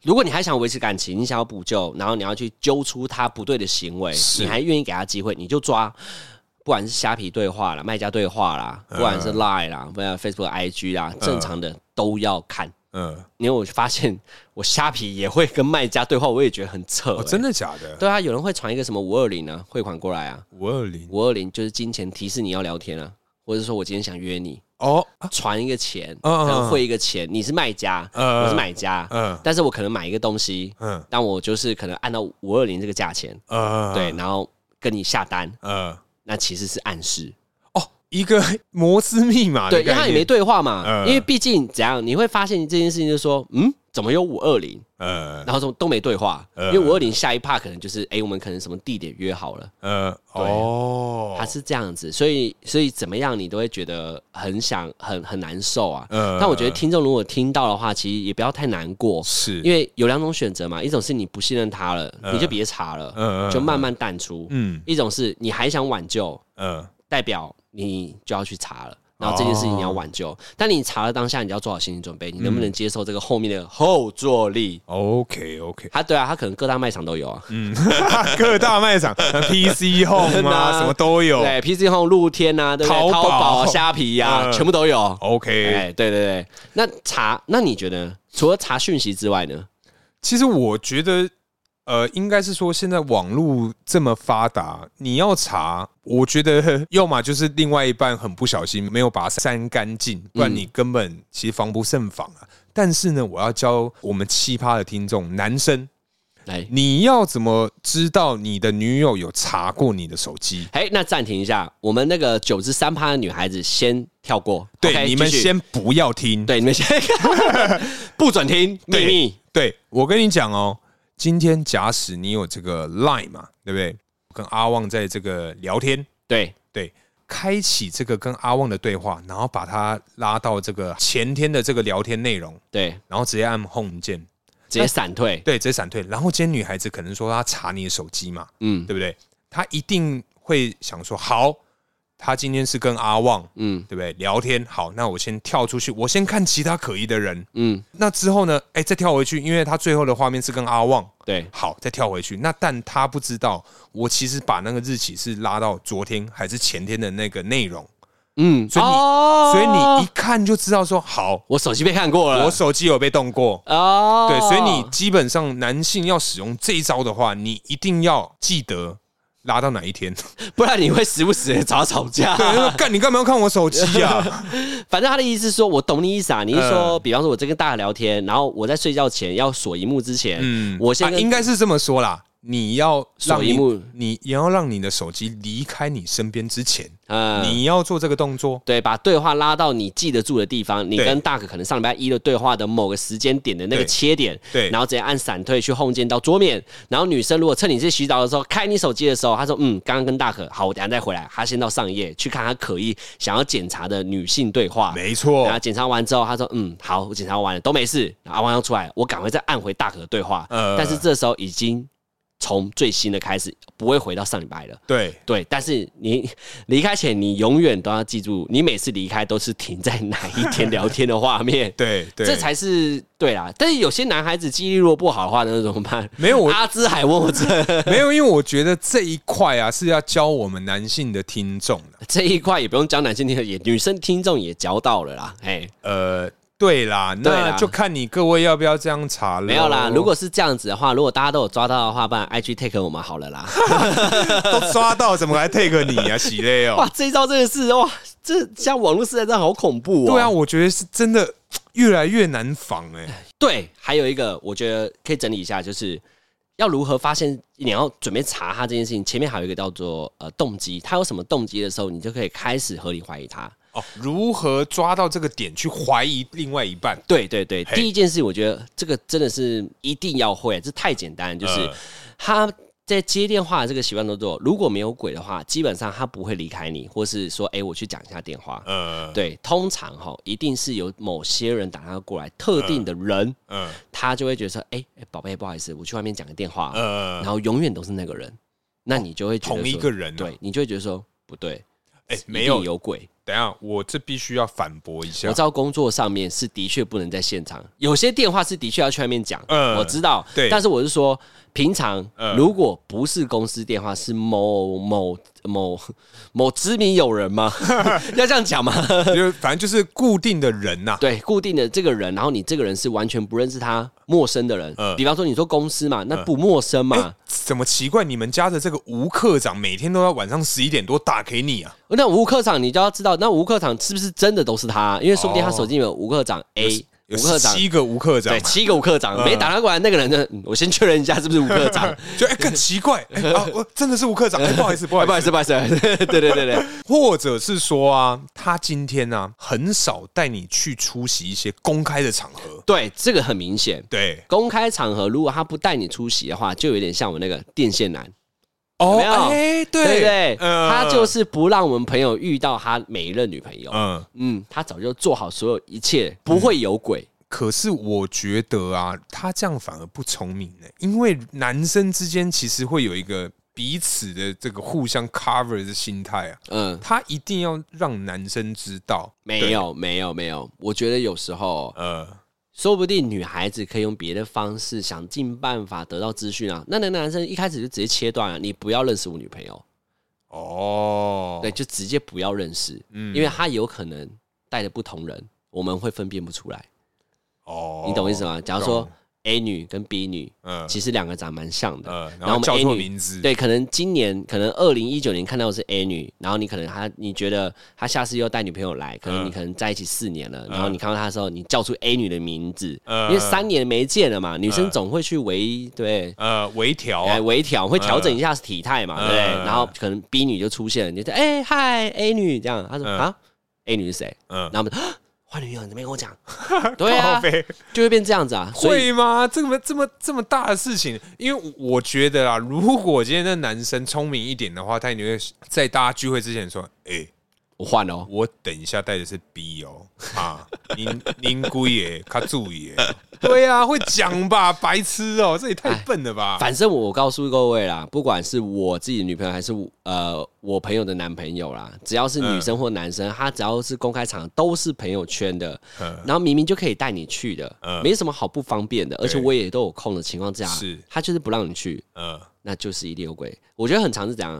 [SPEAKER 2] 如果你还想维持感情，你想要补救，然后你要去揪出他不对的行为，
[SPEAKER 1] 是
[SPEAKER 2] 你还愿意给他机会，你就抓。不管是虾皮对话啦、卖家对话啦，
[SPEAKER 1] 嗯
[SPEAKER 2] 不管是 Line 啦、不然 Facebook、IG 啦，正常的都要看。
[SPEAKER 1] 嗯，
[SPEAKER 2] 因为我发现我虾皮也会跟卖家对话，我也觉得很扯、
[SPEAKER 1] 哦，
[SPEAKER 2] 欸
[SPEAKER 1] 真的假的？
[SPEAKER 2] 对啊，有人会传一个什么五二零呢，汇款过来啊，
[SPEAKER 1] 五二零
[SPEAKER 2] 五二零就是金钱提示你要聊天啊，或者说我今天想约你，
[SPEAKER 1] 哦，
[SPEAKER 2] 传一个钱，
[SPEAKER 1] 嗯嗯嗯
[SPEAKER 2] 然后汇一个钱，你是卖家，
[SPEAKER 1] 嗯
[SPEAKER 2] 我是买家，
[SPEAKER 1] 嗯
[SPEAKER 2] 但是我可能买一个东西，
[SPEAKER 1] 嗯
[SPEAKER 2] 但我就是可能按到五二零这个价钱，
[SPEAKER 1] 呃，
[SPEAKER 2] 对，然后跟你下单，
[SPEAKER 1] 呃，
[SPEAKER 2] 那其实是暗示，
[SPEAKER 1] 哦，一个摩斯密码的
[SPEAKER 2] 对，因为他
[SPEAKER 1] 概
[SPEAKER 2] 也没
[SPEAKER 1] 念，
[SPEAKER 2] 对话嘛，
[SPEAKER 1] 嗯
[SPEAKER 2] 因为毕竟怎样，你会发现这件事情就是说，嗯，怎么有五二零，
[SPEAKER 1] 呃
[SPEAKER 2] 然后都都没对话，因
[SPEAKER 1] 嗯
[SPEAKER 2] 为五二零下一趴可能就是，哎，我们可能什么地点约好了。
[SPEAKER 1] 呃，哦，
[SPEAKER 2] 他是这样子，所以所以怎么样，你都会觉得很想很很难受啊。
[SPEAKER 1] 嗯
[SPEAKER 2] 但我觉得听众如果听到的话，其实也不要太难过，
[SPEAKER 1] 是，
[SPEAKER 2] 因为有两种选择嘛，一种是你不信任他了，你就别查了，
[SPEAKER 1] 嗯嗯
[SPEAKER 2] 就慢慢淡出；
[SPEAKER 1] 嗯
[SPEAKER 2] 一种是你还想挽救，
[SPEAKER 1] 呃
[SPEAKER 2] 代表你就要去查
[SPEAKER 1] 哦
[SPEAKER 2] 了。然后这件事情你要挽救，但你查了当下，你就要做好心理准备，你
[SPEAKER 1] 嗯
[SPEAKER 2] 能不能接受这个后面的后坐力？
[SPEAKER 1] ，OK OK，
[SPEAKER 2] 他对啊，他可能各大卖场都有啊，
[SPEAKER 1] 嗯 各大卖 场 PC Home 啊，什么都有
[SPEAKER 2] 对，PC Home、露天啊，对不对？
[SPEAKER 1] 淘
[SPEAKER 2] 淘
[SPEAKER 1] 宝
[SPEAKER 2] 宝啊、虾皮呀，
[SPEAKER 1] 嗯
[SPEAKER 2] 全部都有。
[SPEAKER 1] ，OK，
[SPEAKER 2] 哎，对对对，那查，那你觉得除了查讯息之外呢？
[SPEAKER 1] 其实我觉得呃，应该是说现在网络这么发达，你要查，我觉得 要么就是另外一半很不小心没有把它删干净，不然你根本其实防不胜防啊。但是呢，我要教我们奇葩的听众，男生，
[SPEAKER 2] 来，
[SPEAKER 1] 你要怎么知道你的女友有查过你的手机？
[SPEAKER 2] 哎，那暂停一下，我们那个九至三趴的女孩子先跳过，
[SPEAKER 1] 对
[SPEAKER 2] OK，
[SPEAKER 1] 你们
[SPEAKER 2] 继续
[SPEAKER 1] 先不要听。
[SPEAKER 2] 对，你们先不准听秘
[SPEAKER 1] 对
[SPEAKER 2] 密。
[SPEAKER 1] 对我跟你讲哦，今天假使你有这个 Line 嘛，对不对？跟阿旺在这个聊天，
[SPEAKER 2] 对，
[SPEAKER 1] 对，开启这个跟阿旺的对话，然后把他拉到这个前天的这个聊天内容，
[SPEAKER 2] 对，
[SPEAKER 1] 然后直接按 Home 键，
[SPEAKER 2] 直接闪退。
[SPEAKER 1] 对，直接闪退。然后今天女孩子可能说她查你的手机嘛，
[SPEAKER 2] 嗯
[SPEAKER 1] 对不对？她一定会想说，好，她今天是跟阿旺，
[SPEAKER 2] 嗯
[SPEAKER 1] 对不对？聊天好，那我先跳出去，我先看其他可疑的人。
[SPEAKER 2] 嗯，
[SPEAKER 1] 那之后呢？哎，再跳回去，因为她最后的画面是跟阿旺。
[SPEAKER 2] 对，
[SPEAKER 1] 好，再跳回去。那但她不知道，我其实把那个日期是拉到昨天还是前天的那个内容。
[SPEAKER 2] 嗯，
[SPEAKER 1] 所以你
[SPEAKER 2] 哦
[SPEAKER 1] 所以你一看就知道说，好，
[SPEAKER 2] 我手机被看过了
[SPEAKER 1] 我。手机有被动过。
[SPEAKER 2] 呃哦，
[SPEAKER 1] 对，所以你基本上男性要使用这一招的话，你一定要记得拉到哪一 天。
[SPEAKER 2] 不然你会时不时地找他吵架。
[SPEAKER 1] 对，就说干你干嘛要看我手机啊？
[SPEAKER 2] 反正他的意思是说，我懂你意思啊。你是说，
[SPEAKER 1] 呃
[SPEAKER 2] 比方说我在跟大家聊天，然后我在睡觉前要锁荧幕之前，
[SPEAKER 1] 嗯，
[SPEAKER 2] 我先
[SPEAKER 1] 啊
[SPEAKER 2] 跟
[SPEAKER 1] 应该是这么说啦。你要让
[SPEAKER 2] 手一
[SPEAKER 1] 你
[SPEAKER 2] 幕
[SPEAKER 1] 你也要让你的手机离开你身边之前，
[SPEAKER 2] 嗯
[SPEAKER 1] 你要做这个动作。
[SPEAKER 2] 对，把对话拉到你记得住的地方，你
[SPEAKER 1] 对
[SPEAKER 2] 跟大可可能上礼拜一的对话的某个时间点的那个
[SPEAKER 1] 对
[SPEAKER 2] 切点，
[SPEAKER 1] 对
[SPEAKER 2] 然后直接按闪退去 home 键到桌面，然后女生如果趁你去洗澡的时候开你手机的时候，她说嗯，刚刚跟大可好，我等一下再回来，她先到上一页去看她可疑想要检查的女性对话，
[SPEAKER 1] 没错
[SPEAKER 2] 然，后检查完之后，她说嗯，好，我检查完了都没事，然后阿旺要出来，我赶快再按回大可的对话，
[SPEAKER 1] 呃
[SPEAKER 2] 但是这时候已经从最新的开始，不会回到上礼拜了。
[SPEAKER 1] 对，，
[SPEAKER 2] 对，但是你离开前，你永远都要记住，你每次离开都是停在哪一天聊天的画面
[SPEAKER 1] 对， 对，
[SPEAKER 2] 这才是对啦。但是有些男孩子记忆力如果不好的话，那怎么办？
[SPEAKER 1] 没有我
[SPEAKER 2] 阿兹海 默症
[SPEAKER 1] 没有，因为我觉得这一块啊是要教我们男性的听众的。
[SPEAKER 2] 这一块也不用讲男性听众，也女生听众也教到了啦。哎，
[SPEAKER 1] 呃，对啦，
[SPEAKER 2] 对啦
[SPEAKER 1] 那就看你各位要不要这样查了。
[SPEAKER 2] 没有啦。如果是这样子的话，如果大家都有抓到的话，不然 IG take 我们好 了啦。
[SPEAKER 1] 都刷到，怎么还 take 你啊？喜累哦
[SPEAKER 2] 哇，。这一招真的是哇，这像网络时代真的好恐怖哦。
[SPEAKER 1] 对啊，我觉得是真的越来越难防哎、
[SPEAKER 2] 对，还有一个我觉得可以整理一下，就是要如何发现你要准备查他这件事情。前面还有一个叫做呃动机，他有什么动机的时候，你就可以开始合理怀疑他。
[SPEAKER 1] 哦，如何抓到这个点去怀疑另外一半？
[SPEAKER 2] 对对对，
[SPEAKER 1] 嘿
[SPEAKER 2] 第一件事，我觉得这个真的是一定要会，这太简单，就是
[SPEAKER 1] 呃
[SPEAKER 2] 他。在接电话的这个习惯动作，如果没有鬼的话，基本上他不会离开你，或是说，哎、我去讲一下电话。
[SPEAKER 1] 呃
[SPEAKER 2] 对，通常哈，一定是有某些人打电话过来，特定的人，
[SPEAKER 1] 呃
[SPEAKER 2] 他就会觉得说，哎、哎宝贝，不好意思，我去外面讲个电话。然
[SPEAKER 1] 呃，
[SPEAKER 2] 后永远都是那个人，那你就会觉得
[SPEAKER 1] 同一
[SPEAKER 2] 说
[SPEAKER 1] 个人啊
[SPEAKER 2] 对你就会觉得说不对，
[SPEAKER 1] 哎、
[SPEAKER 2] 一
[SPEAKER 1] 没
[SPEAKER 2] 定
[SPEAKER 1] 有，
[SPEAKER 2] 有鬼。
[SPEAKER 1] 等一下我这必须要反驳一
[SPEAKER 2] 我
[SPEAKER 1] 下
[SPEAKER 2] 知。道工作上面是的确不能在现场，有些电话是的确要去外面讲，
[SPEAKER 1] 嗯
[SPEAKER 2] 我知道，
[SPEAKER 1] 对
[SPEAKER 2] 但是我是说，平常
[SPEAKER 1] 嗯
[SPEAKER 2] 如果不是公司电话，是某某某某知名友 人吗？要这样讲吗？
[SPEAKER 1] 就反正就是固定的人呐、
[SPEAKER 2] 对，固定的这个人，然后你这个人是完全不认识他，陌生的人。
[SPEAKER 1] 嗯
[SPEAKER 2] 比方说你说公司嘛，那不陌生嘛。
[SPEAKER 1] 哎怎么奇怪？你们家的这个吴科长每天都要晚上十一点多打给你啊？
[SPEAKER 2] 那吴克场你就要知道，那吴克场是不是真的都是他？因为说不定他
[SPEAKER 1] 哦
[SPEAKER 2] 手机里面有吴克场 A、
[SPEAKER 1] 有
[SPEAKER 2] 吴克长。
[SPEAKER 1] 七个吴科长
[SPEAKER 2] 对，，七个吴克
[SPEAKER 1] 嗯
[SPEAKER 2] 长，没打他过来那个人呢？嗯我先确认一下是不是吴克长？
[SPEAKER 1] 就哎，更、奇怪、哎啊！我真的是吴科长、哎，不好意思，不好
[SPEAKER 2] 哎
[SPEAKER 1] 意
[SPEAKER 2] 不好
[SPEAKER 1] 思
[SPEAKER 2] 意，思，不好意思， 对对对对，
[SPEAKER 1] 或者是说啊，他今天呢、啊、很少带你去出席一些公开的场合，
[SPEAKER 2] 对，这个很明显。
[SPEAKER 1] 对，
[SPEAKER 2] 公开场合，如果他不带你出席的话，就有点像我那个电线男，
[SPEAKER 1] 哦
[SPEAKER 2] 没有
[SPEAKER 1] 哎，对
[SPEAKER 2] 对不对？
[SPEAKER 1] 呃
[SPEAKER 2] 他就是不让我们朋友遇到他每一任女朋友。
[SPEAKER 1] 嗯。
[SPEAKER 2] 嗯，他早就做好所有一切，不会有鬼。
[SPEAKER 1] 可是我觉得啊，他这样反而不聪明呢、因为男生之间其实会有一个彼此的这个互相 cover 的心态啊，
[SPEAKER 2] 嗯，
[SPEAKER 1] 他一定要让男生知道，
[SPEAKER 2] 没
[SPEAKER 1] 对，
[SPEAKER 2] 有，没有，没有。我觉得有时候，
[SPEAKER 1] 呃，
[SPEAKER 2] 说不定女孩子可以用别的方式，想尽办法得到资讯啊。那那男生一开始就直接切断了，啊你不要认识我女朋友，
[SPEAKER 1] 哦，
[SPEAKER 2] 对，，就直接不要认识，
[SPEAKER 1] 嗯
[SPEAKER 2] 因为他有可能带的不同人，我们会分辨不出来，
[SPEAKER 1] 哦，
[SPEAKER 2] 你懂我意思？吗？假如说
[SPEAKER 1] 懂，
[SPEAKER 2] A 女跟 B 女，
[SPEAKER 1] 哦嗯
[SPEAKER 2] 其实两个长蛮像的。
[SPEAKER 1] 呃，然
[SPEAKER 2] 然后
[SPEAKER 1] 后
[SPEAKER 2] 我们
[SPEAKER 1] 叫
[SPEAKER 2] A
[SPEAKER 1] 错
[SPEAKER 2] 女
[SPEAKER 1] 名字，
[SPEAKER 2] 对，可能今年，可能二零一九年看到的是 A 女，然后你可能她，你觉得她下次又带女朋友来，可能
[SPEAKER 1] 嗯
[SPEAKER 2] 你可能在一起四年了，然后你看到她的时候，你叫出 A 女的名字，
[SPEAKER 1] 嗯
[SPEAKER 2] 因为三年没见了嘛，女生总会去围对。
[SPEAKER 1] 呃，微调啊
[SPEAKER 2] 来，微调会调整一下体态嘛，
[SPEAKER 1] 嗯
[SPEAKER 2] 对不对？
[SPEAKER 1] 嗯
[SPEAKER 2] 然后可能 B 女就出现了，你就说：“哎、嗨，A 女这样。”她说：“
[SPEAKER 1] 嗯
[SPEAKER 2] 啊，A 女是谁？”
[SPEAKER 1] 嗯，
[SPEAKER 2] 然后我们就啊换女友，你没跟 我讲，对啊
[SPEAKER 1] 靠，北
[SPEAKER 2] 就会变这样子啊。所
[SPEAKER 1] 会
[SPEAKER 2] 以
[SPEAKER 1] 吗？这么这么这么大的事情，因为我觉得啦，如果今天那男生聪明一点的话，他一定会在大家聚会之前说：“哎、
[SPEAKER 2] 我换哦，
[SPEAKER 1] 我等一下带的是 B 哦，啊， 您您姑爷，他注 意耶。”对啊，会讲吧，白痴哦、这也太笨了吧？
[SPEAKER 2] 哎反正我告诉各位啦，不管是我自己的女朋友还是我呃我朋友的男朋友啦，只要是
[SPEAKER 1] 嗯
[SPEAKER 2] 女生或男生，他只要是公开场合都是朋友圈的，
[SPEAKER 1] 嗯
[SPEAKER 2] 然后明明就可以带你去的，
[SPEAKER 1] 嗯
[SPEAKER 2] 没什么好不方便的，而且我也都有空的情况之下，
[SPEAKER 1] 是
[SPEAKER 2] 他就是不让你去，
[SPEAKER 1] 嗯
[SPEAKER 2] 那就是一溜鬼。我觉得很常是这样，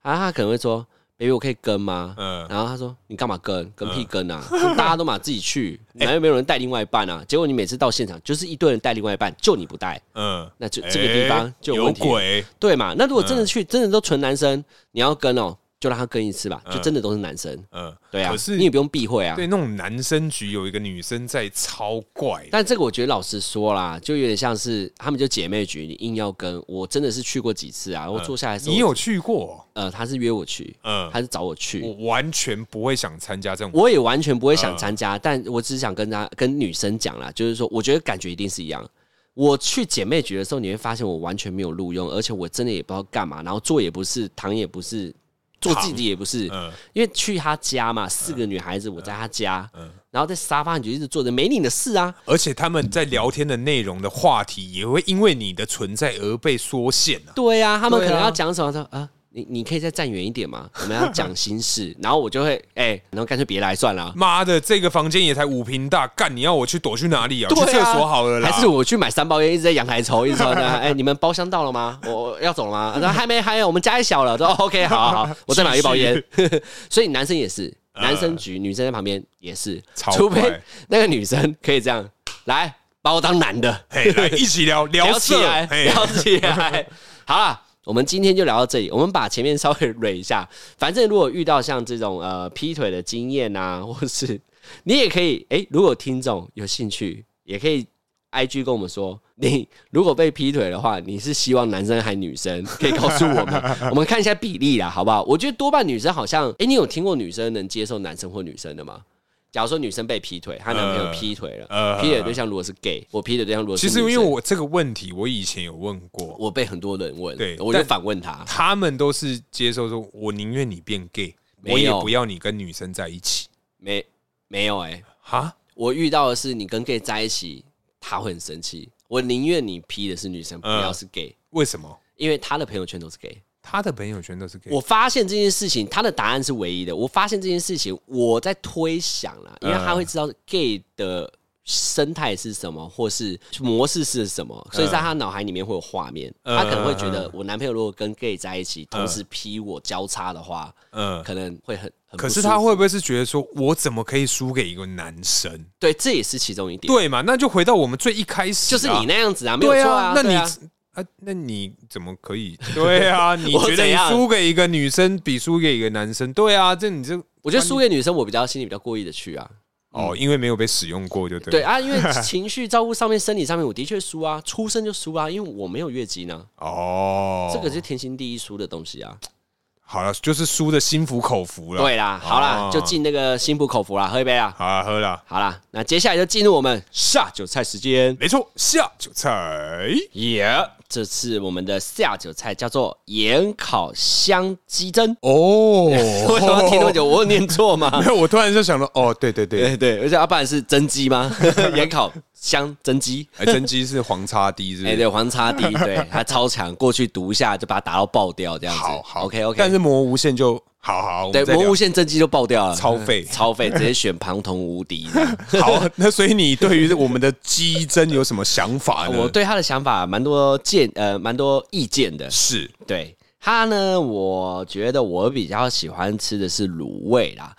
[SPEAKER 2] 啊，他可能会说，baby 我可以跟吗？
[SPEAKER 1] 嗯，
[SPEAKER 2] 然后他说：“你干嘛跟跟屁跟啊？大家都嘛自 己去，
[SPEAKER 1] 哎
[SPEAKER 2] 哪有没有人带另外一半啊？结果你每次到现场就是一堆人带另外一半，就你不带，
[SPEAKER 1] 嗯，哎
[SPEAKER 2] 那就这个地方就有
[SPEAKER 1] 有
[SPEAKER 2] 问题了
[SPEAKER 1] 鬼，嗯
[SPEAKER 2] 对嘛？那如果真的去，真的都纯男生，你要跟哦，就让他跟一次吧，就真的都是男生，
[SPEAKER 1] 嗯，
[SPEAKER 2] 对啊
[SPEAKER 1] 可，是
[SPEAKER 2] 你也不用避讳啊。
[SPEAKER 1] 对那种男生局有一个女生在，超怪的。
[SPEAKER 2] 但这个我觉得老实说啦，就有点像是他们就姐妹局，你硬要跟我，真的是去过几次啊。我坐下来的时
[SPEAKER 1] 嗯
[SPEAKER 2] 候，
[SPEAKER 1] 你有去过？
[SPEAKER 2] 呃，他是约我去，
[SPEAKER 1] 嗯，
[SPEAKER 2] 他是找我去，
[SPEAKER 1] 我完全不会想参加这种。
[SPEAKER 2] 我也完全不会
[SPEAKER 1] 嗯
[SPEAKER 2] 想参加，但我只是想跟他跟女生讲啦，就是说，我觉得感觉一定是一样。我去姐妹局的时候，你会发现我完全没有录用，而且我真的也不知道干嘛，然后做也不是，躺也不是，做自己也不是，
[SPEAKER 1] 嗯
[SPEAKER 2] 因为去他家嘛，四个女孩子，我在他家，
[SPEAKER 1] 嗯
[SPEAKER 2] 然后在沙发你就一直坐着，没你的事啊。
[SPEAKER 1] 而且他们在聊天的内容的话题也会因为你的存在而被缩限啊。
[SPEAKER 2] 对呀、他们可
[SPEAKER 1] 对
[SPEAKER 2] 能
[SPEAKER 1] 啊
[SPEAKER 2] 要讲什么说啊。你你可以再站远一点嘛？我们要讲心事， 然后我就会哎、然后干脆别来算了，
[SPEAKER 1] 妈的，这个房间也才五平大，干你要我去躲去哪里啊？去
[SPEAKER 2] 对啊
[SPEAKER 1] 厕所好了啦。
[SPEAKER 2] 还是我去买三包烟，一直在阳台抽，一直 抽。那哎，你们包厢到了吗？我我要走了吗？那还没，还有，我们家也小了。都 OK，好好好，我再买一包烟。 所以男生也是，男生局，女生在旁边也是，
[SPEAKER 1] 呃超
[SPEAKER 2] 除非
[SPEAKER 1] 快
[SPEAKER 2] 那个女生可以这样来把我当男的
[SPEAKER 1] 嘿， 来一起聊聊
[SPEAKER 2] 聊起
[SPEAKER 1] 色，
[SPEAKER 2] 来，
[SPEAKER 1] 嘿
[SPEAKER 2] 聊起来。好了。我们今天就聊到这里，我们把前面稍微蕊一下。反正如果遇到像这种呃劈腿的经验啊，或是你也可以，哎、如果听众有兴趣，也可以 I G 跟我们说，你如果被劈腿的话，你是希望男生还女生？可以告诉我们，我们看一下比例啦，好不好？我觉得多半女生好像，哎、你有听过女生能接受男生或女生的吗？假如说女生被劈腿，她男朋友劈腿了，
[SPEAKER 1] 呃
[SPEAKER 2] 劈腿的对象如果是 gay，我劈腿的对象如果是
[SPEAKER 1] 其
[SPEAKER 2] 女
[SPEAKER 1] 实
[SPEAKER 2] 生
[SPEAKER 1] 因为我这个问题，我以前有问过，
[SPEAKER 2] 我被很多人问，
[SPEAKER 1] 对
[SPEAKER 2] 我就
[SPEAKER 1] 但
[SPEAKER 2] 反问他，
[SPEAKER 1] 他们都是接受说，我宁愿你变 gay，我
[SPEAKER 2] 没
[SPEAKER 1] 也
[SPEAKER 2] 有
[SPEAKER 1] 不要你跟女生在一起。
[SPEAKER 2] 没没有哎、
[SPEAKER 1] 哈，
[SPEAKER 2] 我遇到的是你跟 gay 在一起，他会很生气。我宁愿你劈的是女生，不
[SPEAKER 1] 嗯
[SPEAKER 2] 要是 gay，、
[SPEAKER 1] 为什么？
[SPEAKER 2] 因为他的朋友圈都是 gay。
[SPEAKER 1] 他的朋友圈都是 gay，
[SPEAKER 2] 我发现这件事情，他的答案是唯一的。我发现这件事情，我在推想啦，
[SPEAKER 1] 嗯
[SPEAKER 2] 因为他会知道 gay 的生态是什么，或是模式是什么，所以在他脑海里面会有画面。
[SPEAKER 1] 嗯
[SPEAKER 2] 他可能会觉得，我男朋友如果跟 gay 在一起，同时劈我交叉的话，
[SPEAKER 1] 嗯，
[SPEAKER 2] 可能会很很不
[SPEAKER 1] 可
[SPEAKER 2] 舒服。
[SPEAKER 1] 是他会不会是觉得说，我怎么可以输给一个男生？
[SPEAKER 2] 对，这也是其中一点，
[SPEAKER 1] 对嘛？那就回到我们最一开始啊、
[SPEAKER 2] 就是你那样子啊，没有
[SPEAKER 1] 对
[SPEAKER 2] 错
[SPEAKER 1] 啊，那
[SPEAKER 2] 对
[SPEAKER 1] 你
[SPEAKER 2] 啊
[SPEAKER 1] 啊，那你怎么可以？ 对啊，你
[SPEAKER 2] 我
[SPEAKER 1] 觉得
[SPEAKER 2] 怎
[SPEAKER 1] 你
[SPEAKER 2] 样
[SPEAKER 1] 输给一个女生比输给一个男生？对啊，这你这
[SPEAKER 2] 我觉得输给女生，我比较心里比较过意的去啊。
[SPEAKER 1] 哦，因为没有被使用过，就对。
[SPEAKER 2] 对啊， 因为情绪照顾上面、生理上面，我的确输啊，出生就输啊，因为我没有月经呢、
[SPEAKER 1] 哦，
[SPEAKER 2] 这个是天经地义输的东西啊。
[SPEAKER 1] 好了，就是输的心服口服了。，
[SPEAKER 2] 对啦，好啦
[SPEAKER 1] 哦，
[SPEAKER 2] 就进那个心服口服啦，喝一杯啦。
[SPEAKER 1] 好啦喝了，
[SPEAKER 2] 好啦，那接下来就进入我们下酒菜时间。
[SPEAKER 1] 没错，下酒 菜。
[SPEAKER 2] 耶、这次我们的下酒菜叫做盐烤香鸡胗。
[SPEAKER 1] 哦，
[SPEAKER 2] 为什么要停那么久？我有念错吗？
[SPEAKER 1] 没有，我突然就想到，哦，对对 对，
[SPEAKER 2] 对对，而且要不然是蒸鸡吗？ 盐烤香蒸鸡。
[SPEAKER 1] 哎，真鸡是黄叉 D 是不
[SPEAKER 2] 哎、
[SPEAKER 1] 是？
[SPEAKER 2] 对，黄叉 D，对他超强，过去读一下就把他打到爆掉，这样子。
[SPEAKER 1] 好好
[SPEAKER 2] o k OK。
[SPEAKER 1] 但是魔无限就好好，我
[SPEAKER 2] 对
[SPEAKER 1] 们再
[SPEAKER 2] 魔
[SPEAKER 1] 聊
[SPEAKER 2] 无限真机就爆掉了，
[SPEAKER 1] 超废
[SPEAKER 2] 超费，直接选庞统无敌。
[SPEAKER 1] 好，那所以你对于我们的鸡胗有什么想法呢？
[SPEAKER 2] 我对他的想法蛮多见，呃，蛮多意见的。
[SPEAKER 1] 是
[SPEAKER 2] 对他呢，我觉得我比较喜欢吃的是卤味啦。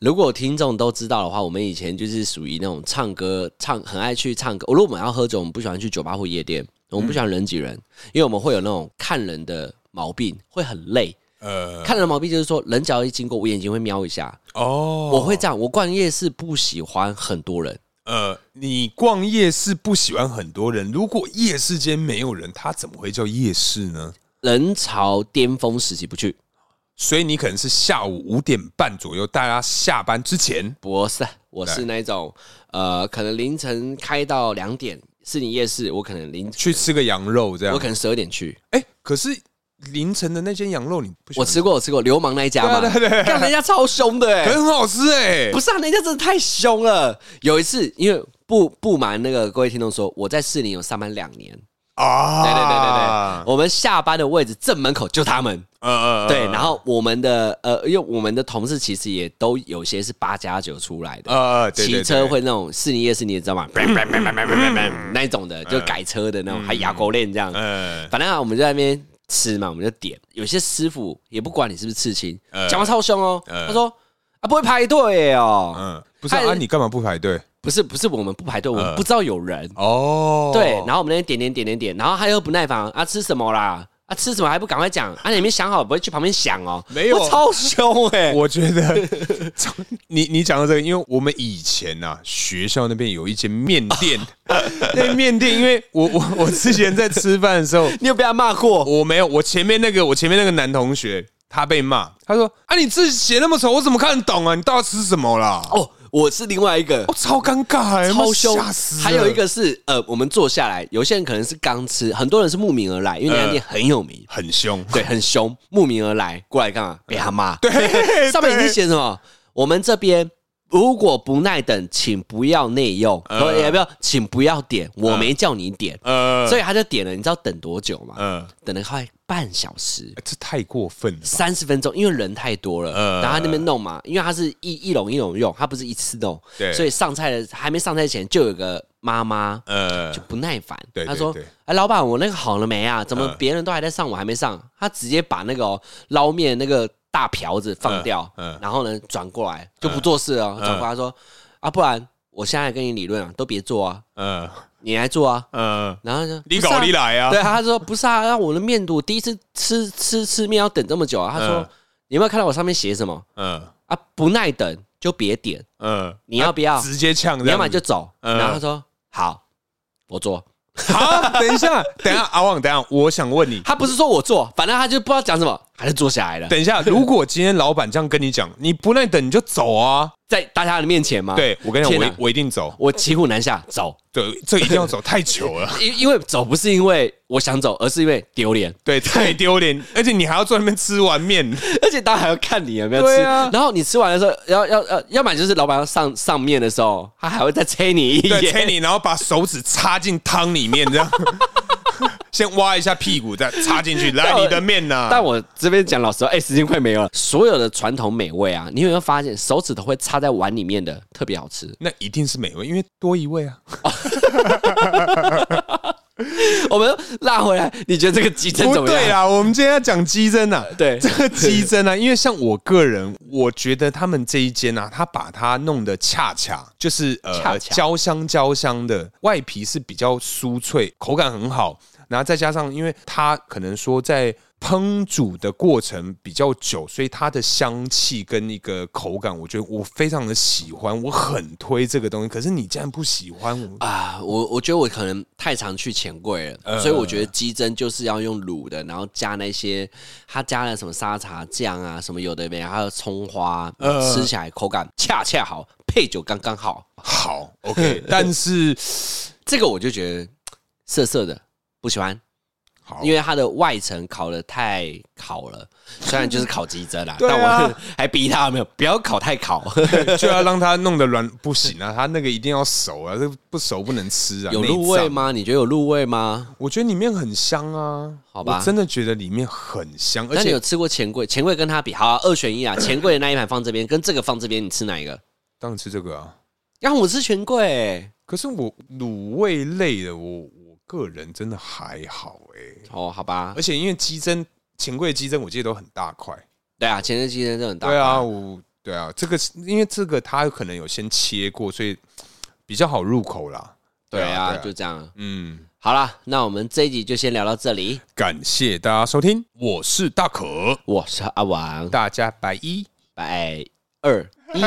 [SPEAKER 2] 如果听众都知道的话，我们以前就是属于那种唱歌唱很爱去唱歌。如果我们要喝酒，我们不喜欢去酒吧或夜店，我们不喜欢人挤人，因为我们会有那种看人的毛病，会很累。
[SPEAKER 1] 呃，
[SPEAKER 2] 看人的毛病就是说，人只要一经过，我眼睛会瞄一下，
[SPEAKER 1] 哦，
[SPEAKER 2] 我会这样。我逛夜市不喜欢很多人，
[SPEAKER 1] 呃，你逛夜市不喜欢很多人，如果夜市间没有人，它怎么会叫夜市呢？
[SPEAKER 2] 人潮巅峰时期不去，
[SPEAKER 1] 所以你可能是下午五点半左右，大家下班之前，
[SPEAKER 2] 不是，啊我是那种呃，可能凌晨开到两点，是你夜市，我可能凌
[SPEAKER 1] 去吃个羊肉这样
[SPEAKER 2] 我。可能十二点去。
[SPEAKER 1] 哎、可是凌晨的那间羊肉你不喜
[SPEAKER 2] 我
[SPEAKER 1] 欢
[SPEAKER 2] 吃过，我吃过流氓那一家嘛，
[SPEAKER 1] 对对对
[SPEAKER 2] 干人家超凶的哎、
[SPEAKER 1] 可是很好吃哎、
[SPEAKER 2] 不是啊，人家真的太凶了。有一次，因为不不瞒那个各位听众说，我在士林有上班两年，
[SPEAKER 1] 啊，
[SPEAKER 2] 对对对对对，我们下班的位置正门口就他们，
[SPEAKER 1] 对，呃
[SPEAKER 2] 对，然后我们的呃，因为我们的同事其实也都有些是八加九出来的，
[SPEAKER 1] 呃，对
[SPEAKER 2] 骑
[SPEAKER 1] 对
[SPEAKER 2] 车
[SPEAKER 1] 对
[SPEAKER 2] 会那种士林夜市，你也知道吗？那一种的，就改车的那种，还牙膏链这样。
[SPEAKER 1] 呃
[SPEAKER 2] 反正啊，我们就在那边吃嘛，我们就点。有些师傅也不管你是不是刺青
[SPEAKER 1] 呃，
[SPEAKER 2] 讲话超凶哦。
[SPEAKER 1] 呃
[SPEAKER 2] 他说啊，不会排队哦。
[SPEAKER 1] 嗯，不是啊，
[SPEAKER 2] 哎
[SPEAKER 1] 啊你干嘛不排队？
[SPEAKER 2] 不是不是，我们不排队，我们
[SPEAKER 1] 呃
[SPEAKER 2] 不知道有人。
[SPEAKER 1] 哦，
[SPEAKER 2] 对，然后我们那边点点点点点，然后他又不耐烦啊，吃什么啦？啊，吃什么还不赶快讲？啊，你没想好，不会去旁边想哦。
[SPEAKER 1] 没有
[SPEAKER 2] 我超凶 哎。
[SPEAKER 1] 我觉得 从你你讲到这个，因为我们以前呐、啊，学校那边有一间面 店，那面店，因为我我我之前在吃饭的时候，
[SPEAKER 2] 你有被他骂过？
[SPEAKER 1] 我没有，我前面那个我前面那个男同学他被骂，他说啊你字写那么丑，我怎么看得懂啊？你到底吃什么啦？哦，
[SPEAKER 2] 哦，我是另外一个。
[SPEAKER 1] 超尴尬、欸，
[SPEAKER 2] 超凶
[SPEAKER 1] 吓死！了！
[SPEAKER 2] 还有一个是呃，我们坐下来，有些人可能是刚吃，很多人是慕名而来，因为那家店很有名，
[SPEAKER 1] 很凶，
[SPEAKER 2] 对，很凶，慕名而来过来干嘛？被他骂。对，
[SPEAKER 1] 对，
[SPEAKER 2] 上面已经
[SPEAKER 1] 对
[SPEAKER 2] 写什么？我们这边如果不耐等，请不要内用，
[SPEAKER 1] 呃
[SPEAKER 2] 也不要，请不要点，我没叫你点，
[SPEAKER 1] 呃
[SPEAKER 2] 所以他就点了。你知道等多久吗？
[SPEAKER 1] 呃，
[SPEAKER 2] 等了快半小时。
[SPEAKER 1] 这太过分了吧。
[SPEAKER 2] 三十分钟，因为人太多了，
[SPEAKER 1] 呃
[SPEAKER 2] 然后他那边弄嘛，因为他是一一笼一笼用，他不是一次弄，
[SPEAKER 1] 对
[SPEAKER 2] 所以上菜的还没上菜前就有个妈妈
[SPEAKER 1] 呃
[SPEAKER 2] 就不耐烦
[SPEAKER 1] 对，对
[SPEAKER 2] 他说
[SPEAKER 1] 对：“
[SPEAKER 2] 哎，老板，我那个好了没啊？怎么
[SPEAKER 1] 嗯
[SPEAKER 2] 别人都还在上，我还没上？”他直接把那个哦捞面那个大瓢子放掉
[SPEAKER 1] 嗯嗯，
[SPEAKER 2] 然后呢转过来就不做事了，转过来说：“啊，不然我现在跟你理论啊，都别做啊，
[SPEAKER 1] 呃
[SPEAKER 2] 你来做啊。”
[SPEAKER 1] 呃，
[SPEAKER 2] 然后就
[SPEAKER 1] 你搞你。来啊
[SPEAKER 2] 不是啊对，啊，他说不是啊，那我的面肚第一次吃吃吃面要等这么久啊。他说
[SPEAKER 1] 嗯
[SPEAKER 2] 你有没有看到我上面写什么
[SPEAKER 1] 嗯
[SPEAKER 2] 啊？不耐等就别点，
[SPEAKER 1] 嗯，
[SPEAKER 2] 你要不要？
[SPEAKER 1] 直接呛这样子，
[SPEAKER 2] 你要么就走。
[SPEAKER 1] 嗯
[SPEAKER 2] 然后他说好，我做。
[SPEAKER 1] 好，等一下， 等一下，阿旺，等一下，我想问 你，
[SPEAKER 2] 他不是说我做，反正他就不知道讲什么，他就坐下来了，
[SPEAKER 1] 等一下，如果今天老板这样跟你讲，你不耐等你就走啊？
[SPEAKER 2] 在大家的面前嘛。，
[SPEAKER 1] 对我跟你讲，
[SPEAKER 2] 啊天
[SPEAKER 1] 我
[SPEAKER 2] 哪
[SPEAKER 1] 一我一定走，
[SPEAKER 2] 我骑虎难下，走，
[SPEAKER 1] 对，这一定要走，太糗 了，
[SPEAKER 2] 因因为走不是因为我想走，而是因为丢脸，
[SPEAKER 1] 对，太丢脸，而且你还要坐在那边吃完面，
[SPEAKER 2] 而且大家还要看你有没有吃。
[SPEAKER 1] 对啊
[SPEAKER 2] 然后你吃完的时候，要要要，要不然就是老板要上上面的时候，他还会再催你一
[SPEAKER 1] 对，
[SPEAKER 2] 眼。
[SPEAKER 1] 催你，然后把手指插进汤里面，这样， 先挖一下屁股，再插进去，来
[SPEAKER 2] 但我
[SPEAKER 1] 你的面呐，
[SPEAKER 2] 但我这边讲老实话，哎、时间快没有了。所有的传统美味啊，你有没有发现手指头会插在碗里面的特别好吃？
[SPEAKER 1] 那一定是美味，因为多一位啊，
[SPEAKER 2] 我们拉回来，你觉得这个鸡胗怎
[SPEAKER 1] 不
[SPEAKER 2] 么样？
[SPEAKER 1] 对啦，啊我们今天要讲鸡胗啊呐，
[SPEAKER 2] 对
[SPEAKER 1] 这个鸡胗啊，因为像我个人，我觉得他们这一间啊，他把它弄得恰恰就是
[SPEAKER 2] 恰
[SPEAKER 1] 呃
[SPEAKER 2] 恰
[SPEAKER 1] 焦香焦香的，外皮是比较酥脆，口感很好，然后再加上因为它可能说在。烹煮的过程比较久，所以它的香气跟一个口感，我觉得我非常的喜欢，我很推这个东西。可是你竟然不喜欢我，
[SPEAKER 2] 啊，我我觉得我可能太常去钱柜了，
[SPEAKER 1] 嗯
[SPEAKER 2] 所以我觉得鸡胗就是要用卤的，然后加那些它加了什么沙茶酱啊，什么有的没的，还有葱花，
[SPEAKER 1] 嗯
[SPEAKER 2] 吃起来口感恰恰好，配酒刚刚好。
[SPEAKER 1] 好 OK，但是
[SPEAKER 2] 这个我就觉得涩涩的，不喜欢，
[SPEAKER 1] 好，
[SPEAKER 2] 因为它的外层烤的太烤了，虽然就是烤鸡胗啦，
[SPEAKER 1] 对啊
[SPEAKER 2] 但我 还逼他没有，不要烤 太烤，
[SPEAKER 1] 就要让它弄得软，不行啊！它那个一定要熟啊，这不熟不能吃啊。
[SPEAKER 2] 有入
[SPEAKER 1] 内
[SPEAKER 2] 味
[SPEAKER 1] 脏？
[SPEAKER 2] 吗？你觉得有入味吗？
[SPEAKER 1] 我觉得里面很香啊，
[SPEAKER 2] 好吧
[SPEAKER 1] 我真的觉得里面很香，而
[SPEAKER 2] 那你有
[SPEAKER 1] 且
[SPEAKER 2] 吃过钱柜？钱柜跟它比，好、啊，二选 一啊！钱柜的那一盘放这边，跟这个放这边，你吃哪一个？
[SPEAKER 1] 当然吃这个啊。
[SPEAKER 2] 让我吃钱柜、欸。
[SPEAKER 1] 可是我卤味类的，我我个人真的还好哎、
[SPEAKER 2] 哦，好吧
[SPEAKER 1] 而，且因为鸡胗，钱柜的鸡胗我记得都很大块，
[SPEAKER 2] 对啊，前阵鸡胗真的很大。
[SPEAKER 1] 对啊，，我对啊，这个因为这个他可能有先切过，所以比较好入口啦。
[SPEAKER 2] 对啊，就这样。
[SPEAKER 1] 嗯，
[SPEAKER 2] 好啦，那我们这一集就先聊到这里。
[SPEAKER 1] 感谢大家收听，我是大可，
[SPEAKER 2] 我是阿王，
[SPEAKER 1] 大家拜一。
[SPEAKER 2] 拜二一。